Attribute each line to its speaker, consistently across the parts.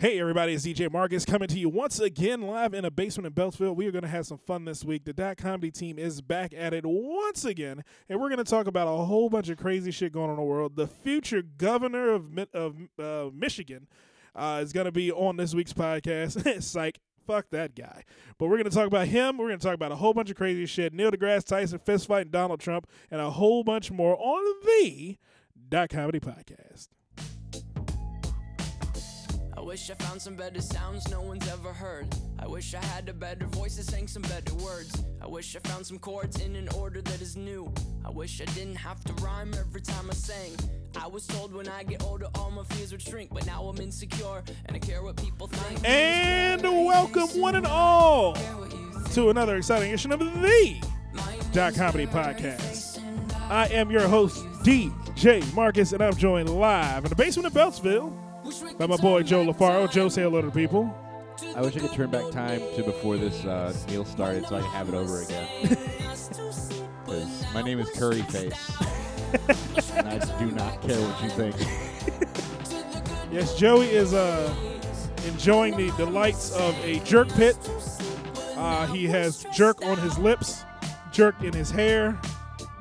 Speaker 1: Hey everybody, it's DJ Marcus coming to you once again live in a basement in Beltsville. We are going to have some fun this week. The Dot Comedy team is back at it once again, and we're going to talk about a whole bunch of crazy shit going on in the world. The future governor of Mi- of uh, Michigan uh, is going to be on this week's podcast. Psych. Fuck that guy. But we're going to talk about him. We're going to talk about a whole bunch of crazy shit. Neil deGrasse Tyson fistfighting Donald Trump and a whole bunch more on the Dot Comedy podcast.
Speaker 2: I wish I found some better sounds no one's ever heard. I wish I had a better voice that sang some better words. I wish I found some chords in an order that is new. I wish I didn't have to rhyme every time I sang. I was told when I get older all my fears would shrink, but now I'm insecure and I care what people think.
Speaker 1: Eh. And welcome, one and all, to another exciting edition of the Dot Comedy Podcast. I am your host, DJ Marcus, and I'm joined live in the basement of Beltsville by my boy Joe LaFaro. Joe, say hello to the people.
Speaker 3: I wish I could turn back time to before this uh, meal started so I could have it over again. 'Cause my name is Curry Face. and I do not care what you think.
Speaker 1: Yes, Joey is uh, enjoying the delights of a jerk pit. Uh, he has jerk on his lips, jerk in his hair,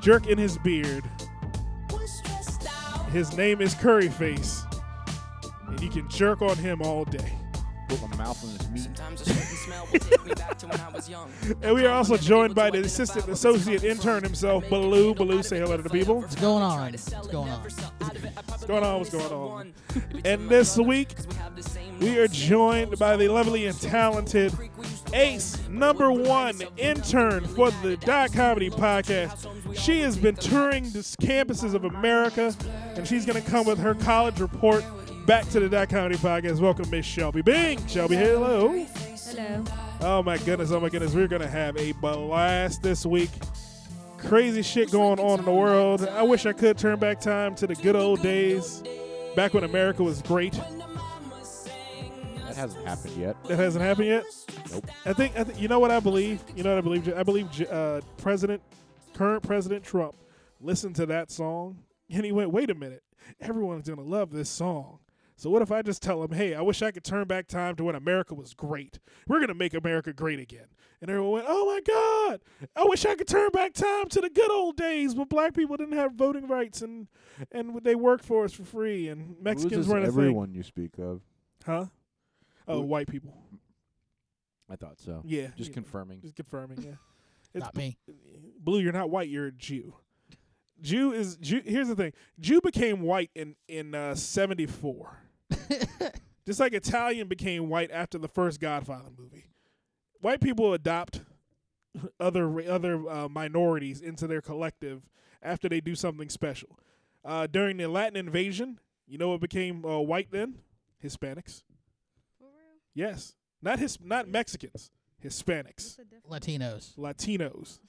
Speaker 1: jerk in his beard. His name is Curry Face, and you can jerk on him all day.
Speaker 3: Put my mouth on this meat.
Speaker 2: Sometimes a certain smell will take me back to when I was young.
Speaker 1: And we are also joined by the assistant associate intern himself, Baloo. Baloo, say hello to the people.
Speaker 4: What's going on? What's going on?
Speaker 2: What's
Speaker 1: going on? What's going on? And this week, we are joined by the lovely and talented ace number one intern for the Dot Comedy Podcast. She has been touring the campuses of America, and she's going to come with her college report back to the Dot Comedy Podcast. Welcome, Miss Shelby Bing. Shelby, hello.
Speaker 5: Hello.
Speaker 1: Oh my goodness, oh my goodness. We're gonna have a blast this week. Crazy shit going on in the world. I wish I could turn back time to the good old days. Back when America was great.
Speaker 3: That hasn't happened yet.
Speaker 1: That hasn't happened yet.
Speaker 3: Nope.
Speaker 1: I think I think you know what I believe? You know what I believe? I believe uh, President current President Trump listened to that song and he went, "Wait a minute. Everyone's going to love this song." So what if I just tell him, "Hey, I wish I could turn back time to when America was great. We're going to make America great again." And everyone went, "Oh my god. I wish I could turn back time to the good old days when black people didn't have voting rights and and they worked for us for free and Mexicans
Speaker 3: Who
Speaker 1: weren't
Speaker 3: is
Speaker 1: a
Speaker 3: this
Speaker 1: thing."
Speaker 3: everyone you speak of?
Speaker 1: Huh? Oh,
Speaker 3: Who-
Speaker 1: white people.
Speaker 3: I thought so.
Speaker 1: Yeah.
Speaker 3: Just
Speaker 1: yeah.
Speaker 3: confirming.
Speaker 1: Just confirming, yeah. It's
Speaker 4: Not me.
Speaker 1: Blue, you're not white. You're a Jew. Jew is Jew. Here's the thing: Jew became white in in uh, '74, just like Italian became white after the first Godfather movie. White people adopt other ra- other uh, minorities into their collective after they do something special. Uh, during the Latin invasion, you know what became uh, white then? Hispanics. Yes, not his not Mexicans. Hispanics.
Speaker 4: Latinos.
Speaker 1: Latinos.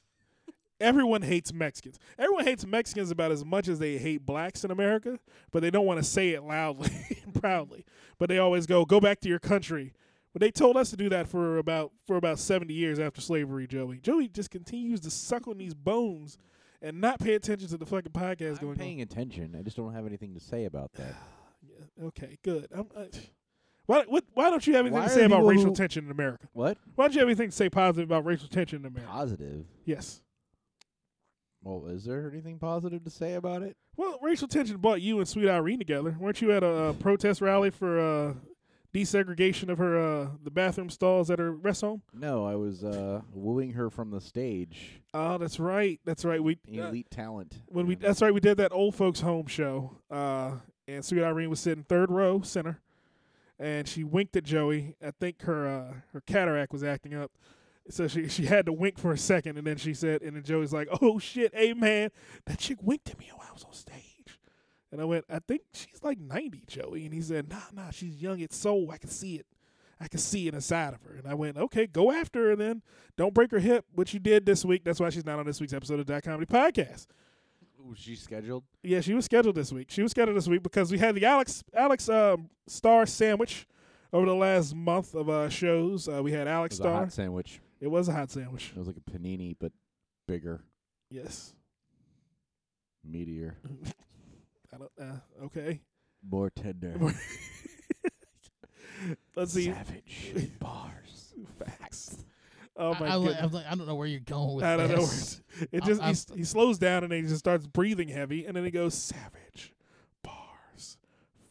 Speaker 1: Everyone hates Mexicans. Everyone hates Mexicans about as much as they hate blacks in America, but they don't want to say it loudly and proudly. But they always go, "Go back to your country." But they told us to do that for about for about seventy years after slavery. Joey, Joey just continues to suck on these bones and not pay attention to the fucking podcast
Speaker 3: I'm
Speaker 1: going
Speaker 3: paying attention. I just don't have anything to say about that.
Speaker 1: on. Okay, good. I'm, I, why what, why don't you have anything
Speaker 3: Why
Speaker 1: to
Speaker 3: are
Speaker 1: say about
Speaker 3: people
Speaker 1: racial
Speaker 3: who-
Speaker 1: tension in America?
Speaker 3: What?
Speaker 1: Why don't you have anything to say positive about racial tension in America?
Speaker 3: Positive.
Speaker 1: yes.
Speaker 3: Well, is there anything positive to say about it?
Speaker 1: Well, racial tension brought you and Sweet Irene together. Weren't you at a, uh protest rally for uh, desegregation of her uh, the bathroom stalls at her rest home?
Speaker 3: No, I was uh, wooing her from the stage.
Speaker 1: Oh, that's right. That's right. We uh,
Speaker 3: Elite talent.
Speaker 1: when we
Speaker 3: And-
Speaker 1: that's right. We did that old folks home show, uh, and Sweet Irene was sitting third row center, and she winked at Joey. I think her uh, her cataract was acting up. So she, she had to wink for a second, and then she said, and then Joey's like, "Oh shit, hey man, that chick winked at me while I was on stage." And I went, "I think she's like ninety, Joey." And he said, "Nah, nah, she's young. It's soul. I can see it. I can see it inside of her." And I went, "Okay, go after her then. Don't break her hip, which you did this week. That's why she's not on this week's episode of Dot Comedy Podcast."
Speaker 3: Was she scheduled?
Speaker 1: Yeah, she was scheduled this week. She was scheduled this week because we had the Alex Alex um, Star sandwich over the last month of uh, shows. Uh, we had
Speaker 3: It
Speaker 1: Alex
Speaker 3: was a
Speaker 1: Star.
Speaker 3: hot sandwich.
Speaker 1: It was a hot sandwich.
Speaker 3: It was like a panini, but bigger,
Speaker 1: Yes.
Speaker 3: meatier,
Speaker 1: I don't, uh, okay.
Speaker 3: more tender.
Speaker 1: Let's see.
Speaker 3: Savage bars.
Speaker 1: Facts. Oh my
Speaker 4: I, I'm like-
Speaker 1: goodness.
Speaker 4: I'm like, I don't know where you're going with
Speaker 1: I don't know.
Speaker 4: this.
Speaker 1: where- It
Speaker 4: I-
Speaker 1: just he
Speaker 4: I'm-
Speaker 1: s- he slows down and then he just starts breathing heavy and then he goes savage bars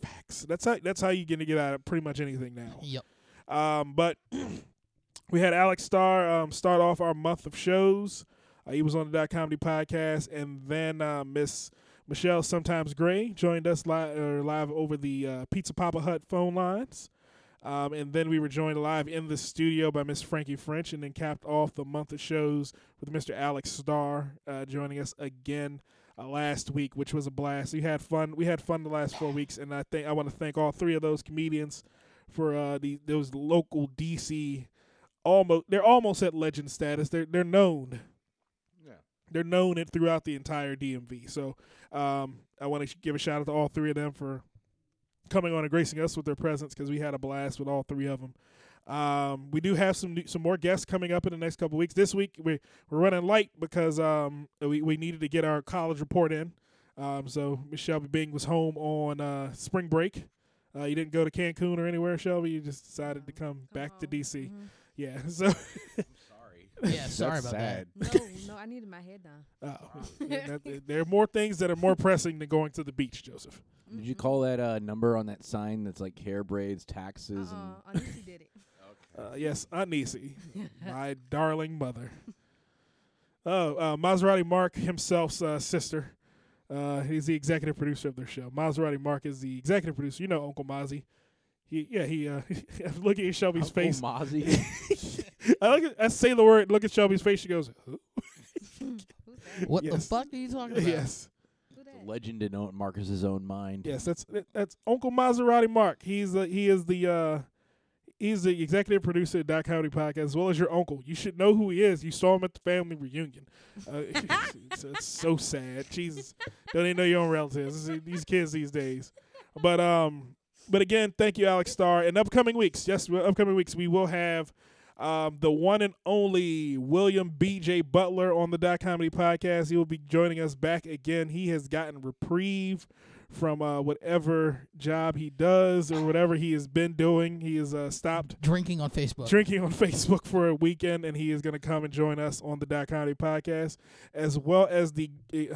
Speaker 1: facts. That's how that's how you're gonna get out of pretty much anything now.
Speaker 4: Yep.
Speaker 1: Um, but we had Alex Starr um, start off our month of shows. Uh, he was on the Dot Comedy Podcast, and then uh, Miss Michelle Sometimes Gray joined us live, er, live over the uh, Pizza Papa Hut phone lines. Um, and then we were joined live in the studio by Miss Frankie French, and then capped off the month of shows with Mr. Alex Starr uh, joining us again uh, last week, which was a blast. We had fun. We had fun the last four weeks, and I think I want to thank all three of those comedians for uh, the those local DC. Almost, they're almost at legend status. They're they're known.
Speaker 3: Yeah.
Speaker 1: They're known it throughout the entire DMV. So um, I want to give a shout out to all three of them for coming on and gracing us with their presence because we had a blast with all three of them. Um, we do have some new, some more guests coming up in the next couple weeks. This week we we're running light because um, we we needed to get our college report in. Um, so Miss Shelby Bing was home on uh, spring break. Uh, you didn't go to Cancun or anywhere, Shelby. You just decided to come back to DC. Yeah. So uh,
Speaker 3: Sorry.
Speaker 4: Yeah, sorry about
Speaker 3: sad.
Speaker 5: No, no, I needed my head done.
Speaker 1: uh, there are more things that are more pressing than going to the beach, Joseph.
Speaker 3: Did you call that uh, number on that sign that's like hair braids, taxes,
Speaker 1: um,
Speaker 3: and
Speaker 5: Uh-uh, Anisi did it.
Speaker 1: Uh, yes, Aunt Niecy, my darling mother. Oh, uh, Maserati Mark himself's uh, sister. Uh, he's the executive producer of their show. Maserati Mark is the executive producer. You know Uncle Mozzie. He, yeah, he. Uh, I'm looking at Shelby's
Speaker 3: Uncle
Speaker 1: face.
Speaker 3: Oh, Mozzie?
Speaker 1: I, look at, I say the word. Look at Shelby's face. She goes, "Huh?"
Speaker 5: Who's that?
Speaker 4: What the
Speaker 1: Yes.
Speaker 4: fuck are you talking about?
Speaker 1: "Yes,
Speaker 5: Who that?
Speaker 3: Legend in own Marcus's own mind.
Speaker 1: yes." That's that- that's Uncle Maserati Mark. He's uh, he is the uh, he's the executive producer of Doc County Podcast as well as your uncle. You should know who he is. You saw him at the family reunion. Uh, it's, it's so sad. Jesus, don't even know your own relatives. This is- These kids these days. But um, but again, thank you, Alex Starr. And upcoming weeks, yes, well, upcoming weeks we will have um, the one and only William B.J. Butler on the Dot Comedy Podcast. He will be joining us back again. He has gotten reprieve from uh, whatever job he does or whatever he has been doing. He has uh, stopped
Speaker 4: Drinking on Facebook.
Speaker 1: drinking on Facebook for a weekend, and he is going to come and join us on the Dot Comedy Podcast, as well as the uh,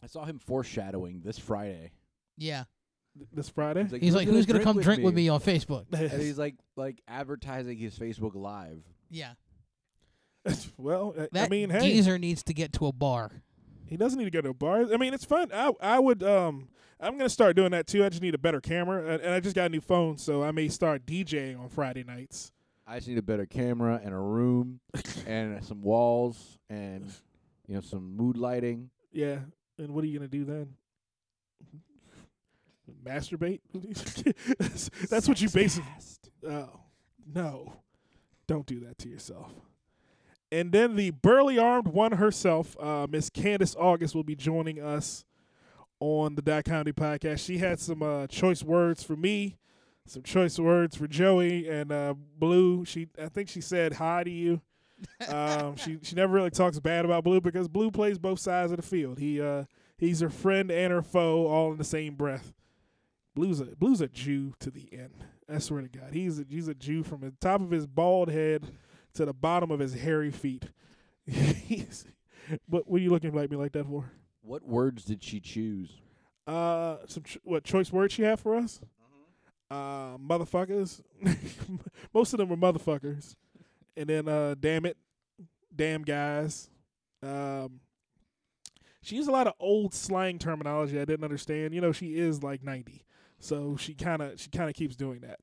Speaker 3: I saw him foreshadowing this Friday.
Speaker 4: Yeah.
Speaker 1: this Friday.
Speaker 4: He's
Speaker 3: "Who's
Speaker 4: like, who's gonna come drink with
Speaker 3: me?"
Speaker 4: me on Facebook?
Speaker 3: And he's like, like advertising his Facebook Live.
Speaker 4: Yeah.
Speaker 1: well, I-
Speaker 4: That
Speaker 1: I mean, hey,
Speaker 4: geezer needs to get to a bar.
Speaker 1: he doesn't need to go to a bar. I mean, it's fun. I I would um I'm gonna start doing that too. I just need a better camera, and, and I just got a new phone, so I may start DJing on Friday nights.
Speaker 3: I just need a better camera and a room and some walls and you know some mood lighting.
Speaker 1: Yeah, and what are you gonna do then? Masturbate? that's that's what you basically. Oh no! Don't do that to yourself. And then the burly armed one herself, uh, Miss Candace August, will be joining us on the Dot Comedy Podcast. She had some uh, choice words for me, some choice words for Joey and uh, Blue. She, I think she said hi to you. um, she she never really talks bad about Blue because Blue plays both sides of the field. He uh he's her friend and her foe all in the same breath. Blue's a Blue's a Jew to the end. I swear to God, he's a, he's a Jew from the top of his bald head to the bottom of his hairy feet. He's- what what are you looking like me like that for?
Speaker 3: What words did she choose?
Speaker 1: Uh, some ch- what choice words you have for us? Uh, motherfuckers. Most of them were motherfuckers, and then uh, damn it, damn guys. Um, she used a lot of old slang terminology I didn't understand. You know, she is like ninety, so she kind of she kind of keeps doing that.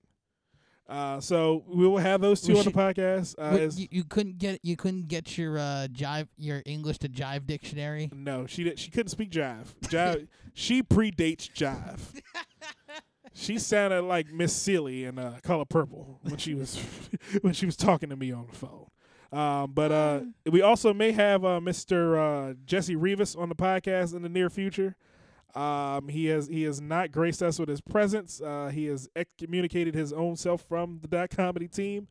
Speaker 1: Uh, so we will have those two
Speaker 4: We
Speaker 1: on the
Speaker 4: should-
Speaker 1: podcast. Uh,
Speaker 4: Wait,
Speaker 1: as-
Speaker 4: you, you couldn't get you couldn't get your uh, jive your English to jive dictionary.
Speaker 1: No, she did. She couldn't speak jive. Jive. she predates jive. She sounded like Miss Seeley in uh, Color Purple when she was when she was talking to me on the phone. Um, but uh, we also may have uh, Mr. Uh, Jesse Rivas on the podcast in the near future. Um, he has he has not graced us with his presence. Uh, he has excommunicated his own self from the dot comedy team.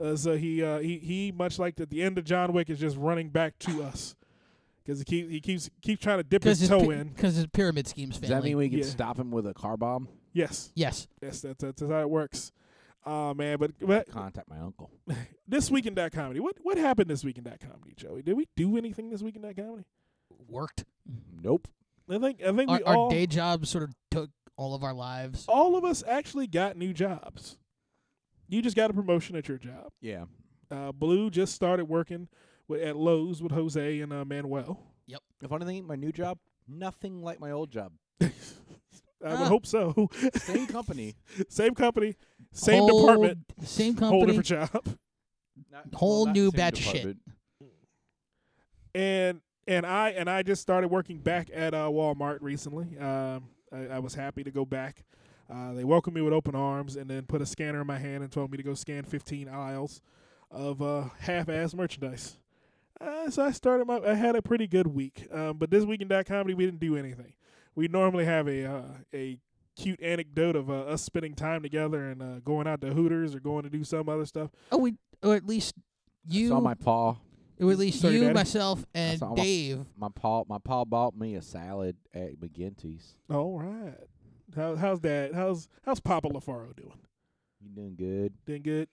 Speaker 1: Uh, so he uh, he he much like at the end of John Wick is just running back to us because he keeps he keeps keeps trying to dip
Speaker 4: Because
Speaker 1: his
Speaker 4: his,
Speaker 1: toe
Speaker 4: pi-
Speaker 1: in.
Speaker 4: 'cause his pyramid scheme's
Speaker 3: Does that mean
Speaker 4: failing.
Speaker 3: we can
Speaker 1: Yeah.
Speaker 3: stop him with a car bomb?
Speaker 1: Yes,
Speaker 4: Yes.
Speaker 1: yes, that's that's how it works. Uh man, but, but
Speaker 3: Contact my uncle.
Speaker 1: this week in that comedy, what what happened this week in that comedy, Joey? Did we do anything this week in that comedy?
Speaker 4: Worked.
Speaker 3: Nope.
Speaker 1: I think I think
Speaker 4: Our,
Speaker 1: we
Speaker 4: our
Speaker 1: all
Speaker 4: day job sort of took all of our lives.
Speaker 1: all of us actually got new jobs. You just got a promotion at your job.
Speaker 3: Yeah.
Speaker 1: Uh, Blue just started working with, at Lowe's with Jose and uh, Manuel.
Speaker 3: The funny thing, my new job, nothing like my old job.
Speaker 1: I
Speaker 4: Ah.
Speaker 1: would hope so.
Speaker 3: Same company.
Speaker 1: same company, same
Speaker 4: Whole-
Speaker 1: department,
Speaker 4: Same
Speaker 1: whole
Speaker 4: company.
Speaker 1: different job.
Speaker 3: Not-
Speaker 4: Whole
Speaker 3: not
Speaker 4: new
Speaker 3: same
Speaker 4: batch shit.
Speaker 3: department.
Speaker 1: And and I and I just started working back at uh, Walmart recently. Um, I, I was happy to go back. Uh, they welcomed me with open arms and then put a scanner in my hand and told me to go scan 15 aisles of uh, half-ass merchandise. Uh, so I started my. I had a pretty good week. Um, but this week in dot comedy, we didn't do anything. We normally have a uh, a cute anecdote of uh, us spending time together and uh, going out to Hooters or going to do some other stuff.
Speaker 4: Oh, we or at least
Speaker 3: I
Speaker 4: you.
Speaker 3: saw my paw.
Speaker 4: or at least
Speaker 1: Sorry,
Speaker 4: you,
Speaker 1: Daddy.
Speaker 4: myself, and
Speaker 3: saw my-
Speaker 4: Dave.
Speaker 3: My paw. My paw bought me a salad at McGinty's.
Speaker 1: All right. How, how's that? How's how's Papa LaFaro doing?
Speaker 3: You doing good?
Speaker 1: Doing good,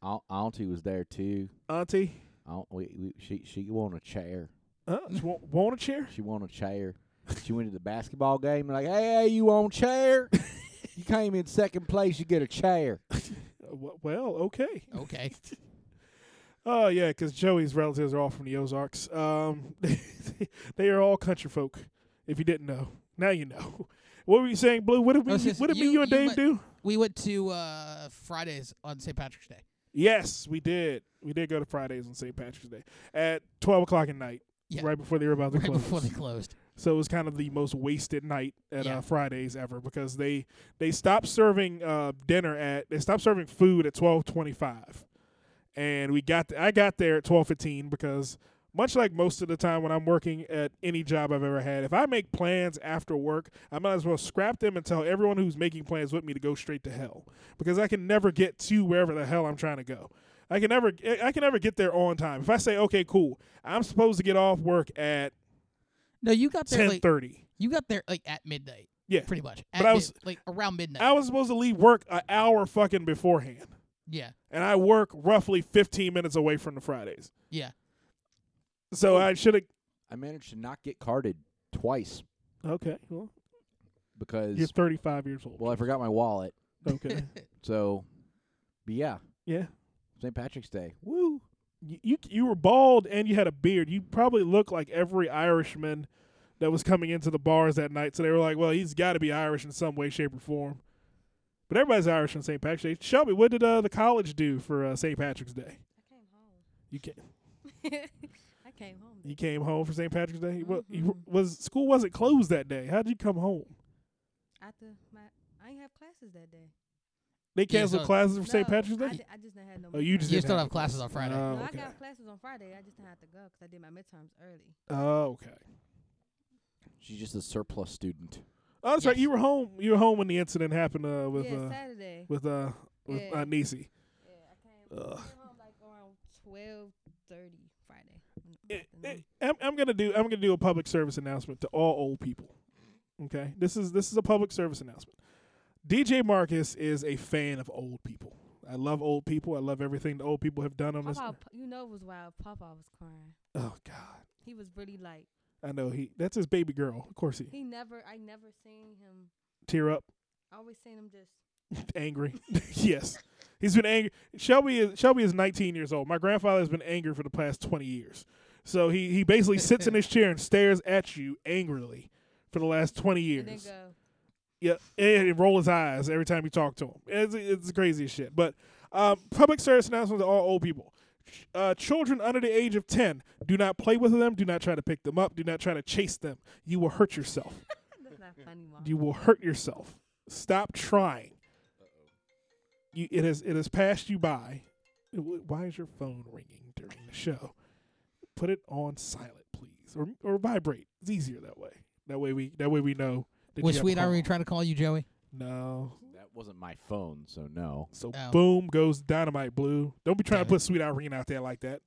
Speaker 3: Au- Auntie was there too.
Speaker 1: Auntie?
Speaker 3: Aunt, we, we, she she won a chair.
Speaker 1: Uh, you want, want a chair?
Speaker 3: She won a chair. She went to the basketball game like, hey, you on chair? you came in second place. You get a chair.
Speaker 1: Uh, w- Well, okay.
Speaker 4: Okay.
Speaker 1: Oh yeah, 'cause Joey's relatives are all from the Ozarks. Um, they are all country folk. If you didn't know, now you know. What were you saying, Blue? What did we?
Speaker 4: I was just-
Speaker 1: What did me,
Speaker 4: you-
Speaker 1: you and
Speaker 4: you
Speaker 1: Dave
Speaker 4: let-
Speaker 1: do?
Speaker 4: we went to uh, Fridays on St. Patrick's Day.
Speaker 1: Yes, we did. We did go to Fridays on St. Patrick's Day at twelve o'clock at night,
Speaker 4: Yeah.
Speaker 1: right before they were about to
Speaker 4: right
Speaker 1: close.
Speaker 4: before they closed.
Speaker 1: So it was kind of the most wasted night at
Speaker 4: Yeah.
Speaker 1: uh, Fridays ever because they they stopped serving uh, dinner at they stopped serving food at twelve twenty five, and we got I got there at twelve fifteen because much like most of the time when I'm working at any job I've ever had, if I make plans after work, I might as well scrap them and tell everyone who's making plans with me to go straight to hell because I can never get to wherever the hell I'm trying to go. I can never I can never get there on time. If I say okay, cool, I'm supposed to get off work at
Speaker 4: No, you got there
Speaker 1: ten
Speaker 4: like
Speaker 1: thirty.
Speaker 4: you got there like at midnight.
Speaker 1: Yeah.
Speaker 4: pretty much.
Speaker 1: But
Speaker 4: At
Speaker 1: I was-
Speaker 4: mid- like around midnight.
Speaker 1: I was supposed to leave work an hour fucking beforehand,
Speaker 4: yeah,
Speaker 1: and I work roughly 15 minutes away from the Fridays.
Speaker 4: yeah.
Speaker 1: So I should have.
Speaker 3: I managed to not get carded twice
Speaker 1: Okay, well,
Speaker 3: because
Speaker 1: you're 35 years old.
Speaker 3: well, I forgot my wallet.
Speaker 1: Okay,
Speaker 3: So, but yeah,
Speaker 1: yeah.
Speaker 3: St. Patrick's Day.
Speaker 1: Woo. You, you you were bald and you had a beard. You probably looked like every Irishman that was coming into the bars that night. So they were like, "Well, he's got to be Irish in some way, shape, or form." But everybody's Irish on St. Patrick's Day. Shelby, what did uh, the college do for uh, St. Patrick's Day?
Speaker 5: I
Speaker 1: You came,
Speaker 5: came home. I came home.
Speaker 1: you came home for St. Patrick's Day. What you,
Speaker 5: Mhm.
Speaker 1: was school wasn't closed that day? How did you come home?
Speaker 5: After my, I ain't have classes that day.
Speaker 1: They
Speaker 4: Yeah,
Speaker 1: canceled
Speaker 4: so-
Speaker 1: classes for St.
Speaker 5: No,
Speaker 1: Patrick's
Speaker 5: I,
Speaker 1: Day.
Speaker 5: di- I just didn't have no.
Speaker 1: Oh, you
Speaker 5: classes.
Speaker 1: just
Speaker 4: You
Speaker 1: didn't
Speaker 4: still
Speaker 1: have
Speaker 4: have classes on Friday.
Speaker 1: Uh,
Speaker 5: No,
Speaker 1: Oh,
Speaker 5: I
Speaker 1: okay.
Speaker 5: got classes on Friday. I just didn't have to go 'cause I did my midterms early.
Speaker 1: Oh, okay.
Speaker 3: She's just a surplus student.
Speaker 1: Oh, that's right.
Speaker 4: Yes.
Speaker 1: You were home. You were home when the incident happened uh, with
Speaker 5: yeah,
Speaker 1: uh,
Speaker 5: Saturday.
Speaker 1: with uh, with
Speaker 5: Yeah.
Speaker 1: uh, Nisi.
Speaker 5: Yeah, I came, I
Speaker 1: Ugh.
Speaker 5: came home like around twelve thirty Friday. in the
Speaker 1: It-
Speaker 5: afternoon.
Speaker 1: it- I'm, I'm gonna do I'm gonna do a public service announcement to all old people. Okay, this is this is a public service announcement. DJ Marcus is a fan of old people. I love old people. I love everything the old people have done on this.
Speaker 5: Papa, you know, it was wild. Papa was crying.
Speaker 1: Oh God,
Speaker 5: He was really like
Speaker 1: I know he. That's his baby girl. Of course he
Speaker 5: he never. I never seen him.
Speaker 1: tear up.
Speaker 5: I always seen him just.
Speaker 1: angry. yes, he's been angry. Shelby is Shelby is 19 years old. My grandfather has been angry for the past 20 years. So he he basically sits in his chair and stares at you angrily for the last 20
Speaker 5: And then
Speaker 1: years.
Speaker 5: go.
Speaker 1: Yeah, and he roll his eyes every time you talk to him. It's it's the craziest shit. But um, public service announcements to all old people. Ch- Uh, children under the age of 10 do not play with them do not try to pick them up do not try to chase them you will hurt yourself
Speaker 5: That's not funny, Mom.
Speaker 1: you will hurt yourself. Stop trying. You, it has it has passed you by. It w- Why is your phone ringing during the show? Put it on silent, please, or or vibrate. It's easier that way. That way we that way we know. That you have
Speaker 4: Was
Speaker 1: a
Speaker 4: sweet? Are we
Speaker 1: call.
Speaker 4: trying to call you Joey?
Speaker 1: No.
Speaker 3: That wasn't my phone, so no.
Speaker 1: So
Speaker 4: Oh.
Speaker 1: boom goes dynamite blue. Don't be trying
Speaker 4: Damn
Speaker 1: to
Speaker 4: it.
Speaker 1: put Sweet Irene out there like that.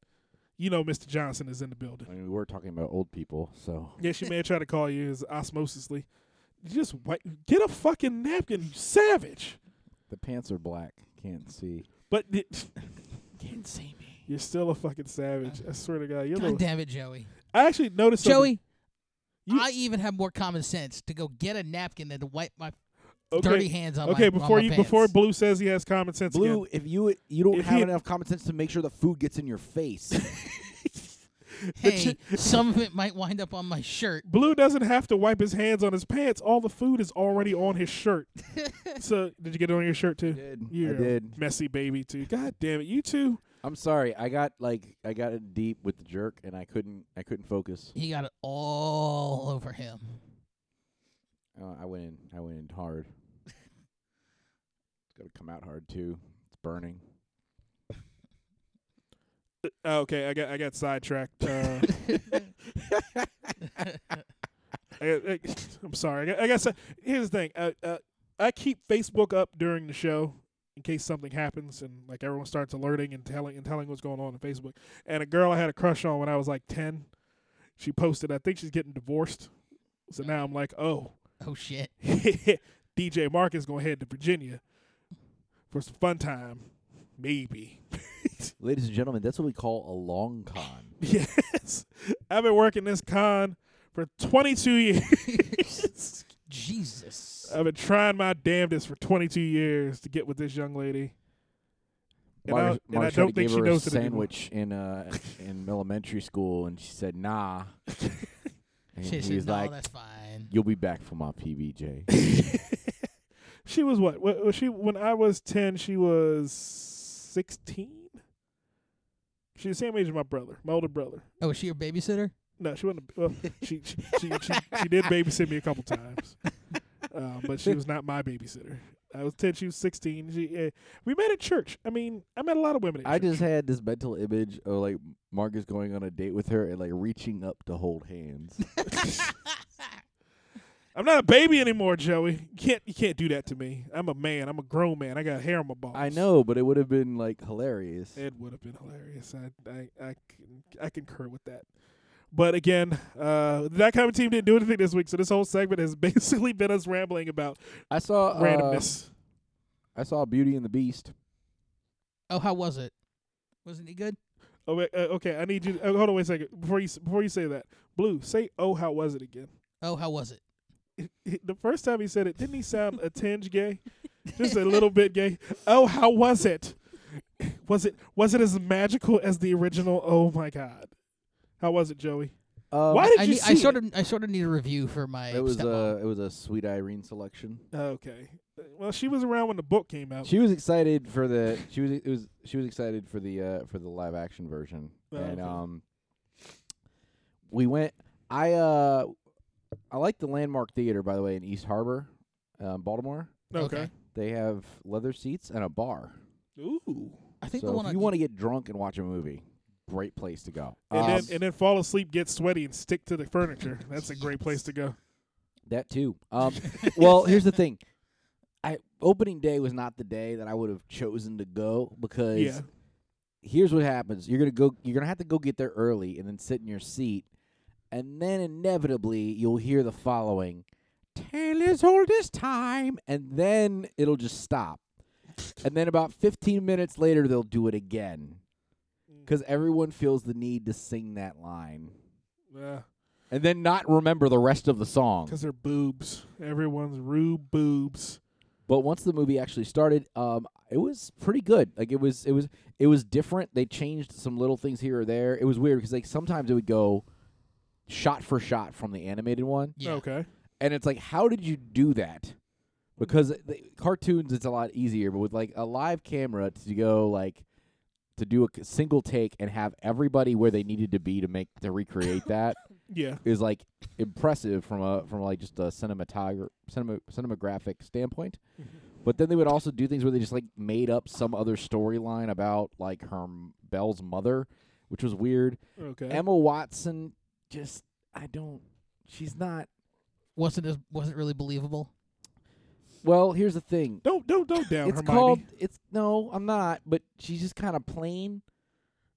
Speaker 1: You know, Mr. Johnson is in the building.
Speaker 3: I mean, we were talking about old people, so
Speaker 1: Yeah, she may try to call you as osmosisly. just wipe, get a fucking napkin, you savage.
Speaker 3: The pants are black. Can't see.
Speaker 1: But th-
Speaker 4: Can't see me.
Speaker 1: you're still a fucking savage. I swear to God, you're. a
Speaker 4: God
Speaker 1: Little,
Speaker 4: damn it, Joey.
Speaker 1: I actually noticed. something.
Speaker 4: Joey,
Speaker 1: You-
Speaker 4: I even have more common sense to go get a napkin than to wipe my
Speaker 1: okay,
Speaker 4: dirty hands on my-
Speaker 1: okay.
Speaker 4: on my
Speaker 1: before you, before
Speaker 4: pants.
Speaker 1: Blue says he has common sense. again.
Speaker 3: Blue, if you you don't
Speaker 1: If
Speaker 3: have
Speaker 1: he-
Speaker 3: enough common sense to make sure the food gets in your face.
Speaker 4: hey, some of it might wind up on my shirt.
Speaker 1: Blue doesn't have to wipe his hands on his pants. All the food is already on his shirt. so, did you get it on your shirt too?
Speaker 3: did.
Speaker 1: You're
Speaker 3: I
Speaker 1: a
Speaker 3: did.
Speaker 1: Messy baby too. God damn it, you too.
Speaker 3: I'm sorry. I got like I got it deep with the jerk, and I couldn't I couldn't focus.
Speaker 4: He got it all over him.
Speaker 3: Uh, I went in. I went in hard. it's gonna come out hard too. It's burning.
Speaker 1: Oh, okay, I got I got sidetracked. Uh, I, I, I'm sorry. I got, I got. si- Here's the thing. Uh, uh, I keep Facebook up during the show in case something happens and like everyone starts alerting and telling and telling what's going on on Facebook. And a girl I had a crush on when I was like ten, she posted. I think she's getting divorced. So now I'm like, oh,
Speaker 4: Oh shit.
Speaker 1: DJ Mark is gonna head to Virginia for some fun time, maybe.
Speaker 3: Ladies and gentlemen, that's what we call a long con.
Speaker 1: yes, I've been working this con for 22 years.
Speaker 4: Jesus.
Speaker 3: Oh,
Speaker 1: I've been trying my damnedest for 22 years to get with this young lady. And I-
Speaker 3: Marsh-
Speaker 1: and I
Speaker 3: Marsh had
Speaker 1: don't
Speaker 3: to
Speaker 1: think
Speaker 3: give
Speaker 1: she
Speaker 3: her
Speaker 1: knows
Speaker 3: a
Speaker 1: it anymore.
Speaker 3: sandwich in uh in elementary school, and she said nah. and
Speaker 4: She
Speaker 3: he
Speaker 4: said,
Speaker 3: was
Speaker 4: no,
Speaker 3: like,
Speaker 4: that's fine.
Speaker 3: "You'll be back for my PBJ."
Speaker 1: She was what? Wha- Was she when I was 10? She was 16. She's the same age as my brother, my older brother.
Speaker 4: Oh, is she your babysitter?
Speaker 1: No, she wasn't. a- Well, she, she, she she she did babysit me a couple times, uh, but she was not my babysitter. I was ten. She was sixteen. She uh, we met at church. I mean, I met a lot of women. At
Speaker 3: I
Speaker 1: church.
Speaker 3: just had this mental image of like Marcus going on a date with her and like reaching up to hold hands.
Speaker 1: I'm not a baby anymore, Joey. You can't you can't do that to me. I'm a man. I'm a grown man. I got hair on my balls.
Speaker 3: I know, but it would have been like hilarious.
Speaker 1: It would have been hilarious. I I I, con- I concur with that. But again, uh, that kind of team didn't do anything this week, so this whole segment has basically been us rambling about
Speaker 3: I saw uh,
Speaker 1: randomness.
Speaker 3: I saw Beauty and the Beast.
Speaker 4: Oh, how was it? Wasn't he good?
Speaker 1: Oh, wait, uh, okay, I need you. uh, hold on, wait a second. Before you s- before you say that, Blue, say, "Oh, how was it again?"
Speaker 4: Oh, how was it?
Speaker 1: The first time he said it, didn't he sound a tinge gay, just a little bit gay? Oh, how was it? Was it was it as magical as the original? Oh my God, how was it, Joey?
Speaker 3: Um,
Speaker 1: Why did
Speaker 4: I
Speaker 1: you
Speaker 4: need,
Speaker 1: see
Speaker 4: I
Speaker 1: it?
Speaker 4: sort of I sort of need a review for my
Speaker 3: It was
Speaker 4: stepmom.
Speaker 3: uh, it was a sweet Irene selection.
Speaker 1: Okay, Uh, well, she was around when the book came out.
Speaker 3: She was excited for the she was it was she was excited for the uh for the live action version.
Speaker 1: Oh, okay.
Speaker 3: and um we went I uh I like the Landmark Theater by the way in East Harbor, um, Baltimore.
Speaker 1: okay.
Speaker 3: They have leather seats and a bar.
Speaker 1: Ooh.
Speaker 4: I think
Speaker 3: so
Speaker 4: the
Speaker 3: if
Speaker 4: one
Speaker 3: you
Speaker 1: E
Speaker 4: on
Speaker 3: want to get drunk and watch a movie, great place to go.
Speaker 1: And
Speaker 3: Um,
Speaker 1: then and then fall asleep, get sweaty, and stick to the furniture. That's a great place to go.
Speaker 3: That too. Um, well, here's the thing. I opening day was not the day that I would have chosen to go because
Speaker 1: Yeah.
Speaker 3: here's what happens: you're gonna go, you're gonna have to go get there early and then sit in your seat, and then inevitably you'll hear the following: "Taylor's oldest time," and then it'll just stop, and then about 15 minutes later they'll do it again because everyone feels the need to sing that line
Speaker 1: Yeah.
Speaker 3: and then not remember the rest of the song.
Speaker 1: Because they're boobs. Everyone's rube boobs.
Speaker 3: But once the movie actually started, um, it was pretty good. Like it was, it was, it was different. They changed some little things here or there. It was weird because like sometimes it would go shot for shot from the animated one,
Speaker 4: yeah.
Speaker 1: Okay.
Speaker 3: and it's like, how did you do that? Because the cartoons, it's a lot easier, but with like a live camera to go like to do a c- single take and have everybody where they needed to be to make to recreate that
Speaker 1: Yeah.
Speaker 3: is like impressive from a from like just a cinematog- cinema, cinematographic standpoint. But then they would also do things where they just like made up some other storyline about like her m- Belle's mother, which was weird.
Speaker 1: Okay.
Speaker 3: Emma Watson just I don't she's not
Speaker 4: wasn't as, wasn't really believable.
Speaker 3: well, here's the thing.
Speaker 1: don't don't don't down
Speaker 3: it's
Speaker 1: Hermione.
Speaker 3: called it's no, I'm not, but she's just kind of plain.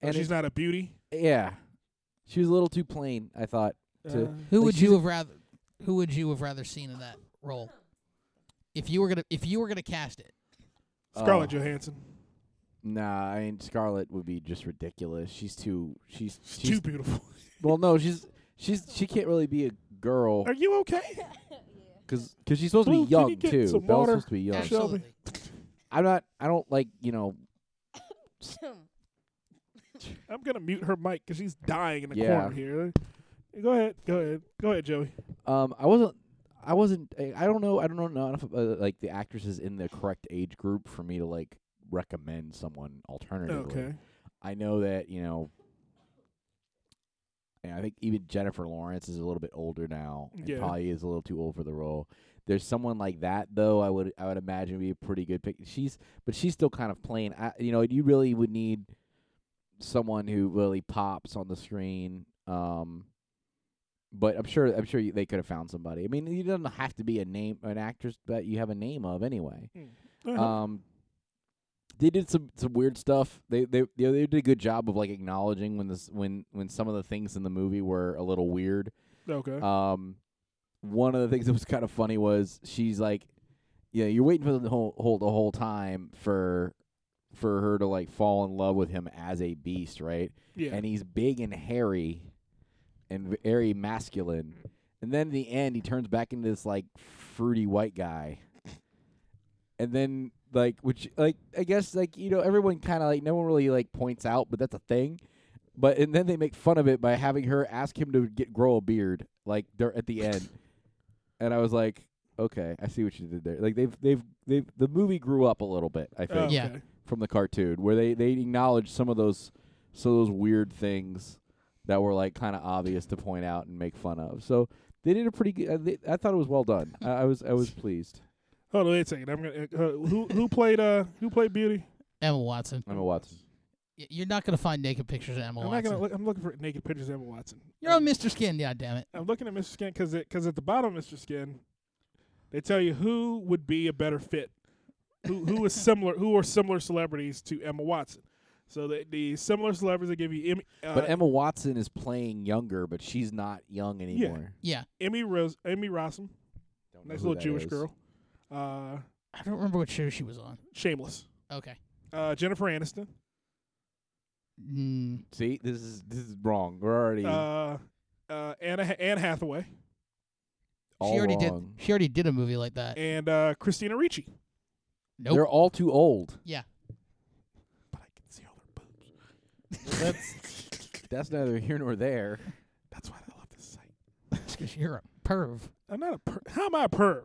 Speaker 1: and Oh, she's
Speaker 3: it's-
Speaker 1: not a beauty.
Speaker 3: yeah. She was a little too plain, I thought. To-
Speaker 1: Uh,
Speaker 4: Who
Speaker 3: Like,
Speaker 4: would
Speaker 3: she's
Speaker 4: you
Speaker 3: a-
Speaker 4: have rather? Who would you have rather seen in that? role? If you were gonna, if you were gonna cast it, Uh,
Speaker 1: Scarlett
Speaker 3: Oh.
Speaker 1: Johansson.
Speaker 3: Nah, I mean Scarlett would be just ridiculous. She's too. She's.
Speaker 1: She's
Speaker 3: she's
Speaker 1: too beautiful.
Speaker 3: well, no, she's. She's. She can't really be a girl
Speaker 1: Are you okay?
Speaker 3: because cause she's supposed to
Speaker 1: Blue,
Speaker 3: be
Speaker 1: can you
Speaker 3: young
Speaker 1: get
Speaker 3: too.
Speaker 1: some
Speaker 3: Belle's
Speaker 1: water?
Speaker 3: supposed to be young.
Speaker 1: Sure.
Speaker 4: absolutely.
Speaker 3: I'm not. I don't like. You know.
Speaker 1: I'm gonna mute her mic because she's dying in the
Speaker 3: Yeah.
Speaker 1: corner here. Go ahead, go ahead, go ahead, Joey.
Speaker 3: Um. I wasn't. I wasn't. I I don't know. I don't know enough about like the actresses in the correct age group for me to like recommend someone alternatively.
Speaker 1: Okay.
Speaker 3: I know that you know. And I think even Jennifer Lawrence is a little bit older now, and
Speaker 1: Yeah.
Speaker 3: probably is a little too old for the role. There's someone like that though. I would I would imagine would be a pretty good pick. She's but she's still kind of plain. I, you know, you really would need someone who really pops on the screen. Um, but I'm sure I'm sure you, they could have found somebody. I mean, you don't have to be a name an actress that you have a name of anyway.
Speaker 1: Uh-huh.
Speaker 3: Um, they did some some weird stuff. They they you know, they did a good job of like acknowledging when this when when some of the things in the movie were a little weird.
Speaker 1: okay.
Speaker 3: Um, one of the things that was kind of funny was she's like, you know, you're waiting for the whole, whole the whole time for for her to like fall in love with him as a beast, right?
Speaker 1: yeah.
Speaker 3: And he's big and hairy, and very masculine. And then in the end, he turns back into this like fruity white guy. And then like, which like I guess like you know everyone kind of like no one really like points out, but that's a thing. But and then they make fun of it by having her ask him to get grow a beard like dur- at the end. and I was like, okay, I see what you did there. Like they've they've they've the movie grew up a little bit. I think
Speaker 1: Oh,
Speaker 4: Yeah.
Speaker 1: okay.
Speaker 3: from the cartoon where they they acknowledge some of those some of those weird things that were like kind of obvious to point out and make fun of. So they did a pretty good. Uh, they, I thought it was well done. I, I was I was pleased.
Speaker 1: Hold on, wait a second. I'm gonna. Uh, who who played uh who played Beauty?
Speaker 4: Emma Watson.
Speaker 3: Emma Watson.
Speaker 4: Y- You're not gonna find naked pictures of Emma
Speaker 1: I'm not
Speaker 4: Watson.
Speaker 1: gonna. Look, I'm looking for naked pictures of Emma Watson.
Speaker 4: You're on Mr. Skin, yeah, damn it.
Speaker 1: I'm looking at Mr. Skin because because at the bottom, of Mr. Skin, they tell you who would be a better fit, who who is similar, who are similar celebrities to Emma Watson. So the, the similar celebrities that give you Emmy, uh,
Speaker 3: But Emma Watson is playing younger, but she's not young anymore.
Speaker 4: Yeah,
Speaker 1: Emmy Rose, Emmy Rossum,
Speaker 3: Don't know
Speaker 1: nice
Speaker 3: who
Speaker 1: little
Speaker 3: that
Speaker 1: Jewish
Speaker 3: is.
Speaker 1: girl, uh,
Speaker 4: I don't remember what show she was on.
Speaker 1: Shameless,
Speaker 4: Okay.
Speaker 1: uh, Jennifer Aniston,
Speaker 4: Mm,
Speaker 3: See, this is this is wrong. We're already
Speaker 1: uh, uh, Anna Anne Hathaway,
Speaker 3: all
Speaker 4: she already
Speaker 3: wrong.
Speaker 4: did. She already did a movie like that.
Speaker 1: and uh, Christina Ricci.
Speaker 4: Nope.
Speaker 3: They're all too old.
Speaker 1: But I can see all her boobs.
Speaker 3: that's that's neither here nor there.
Speaker 1: That's why I love this site.
Speaker 4: It's 'cause you're a perv.
Speaker 1: I'm not a per- how am I a perv?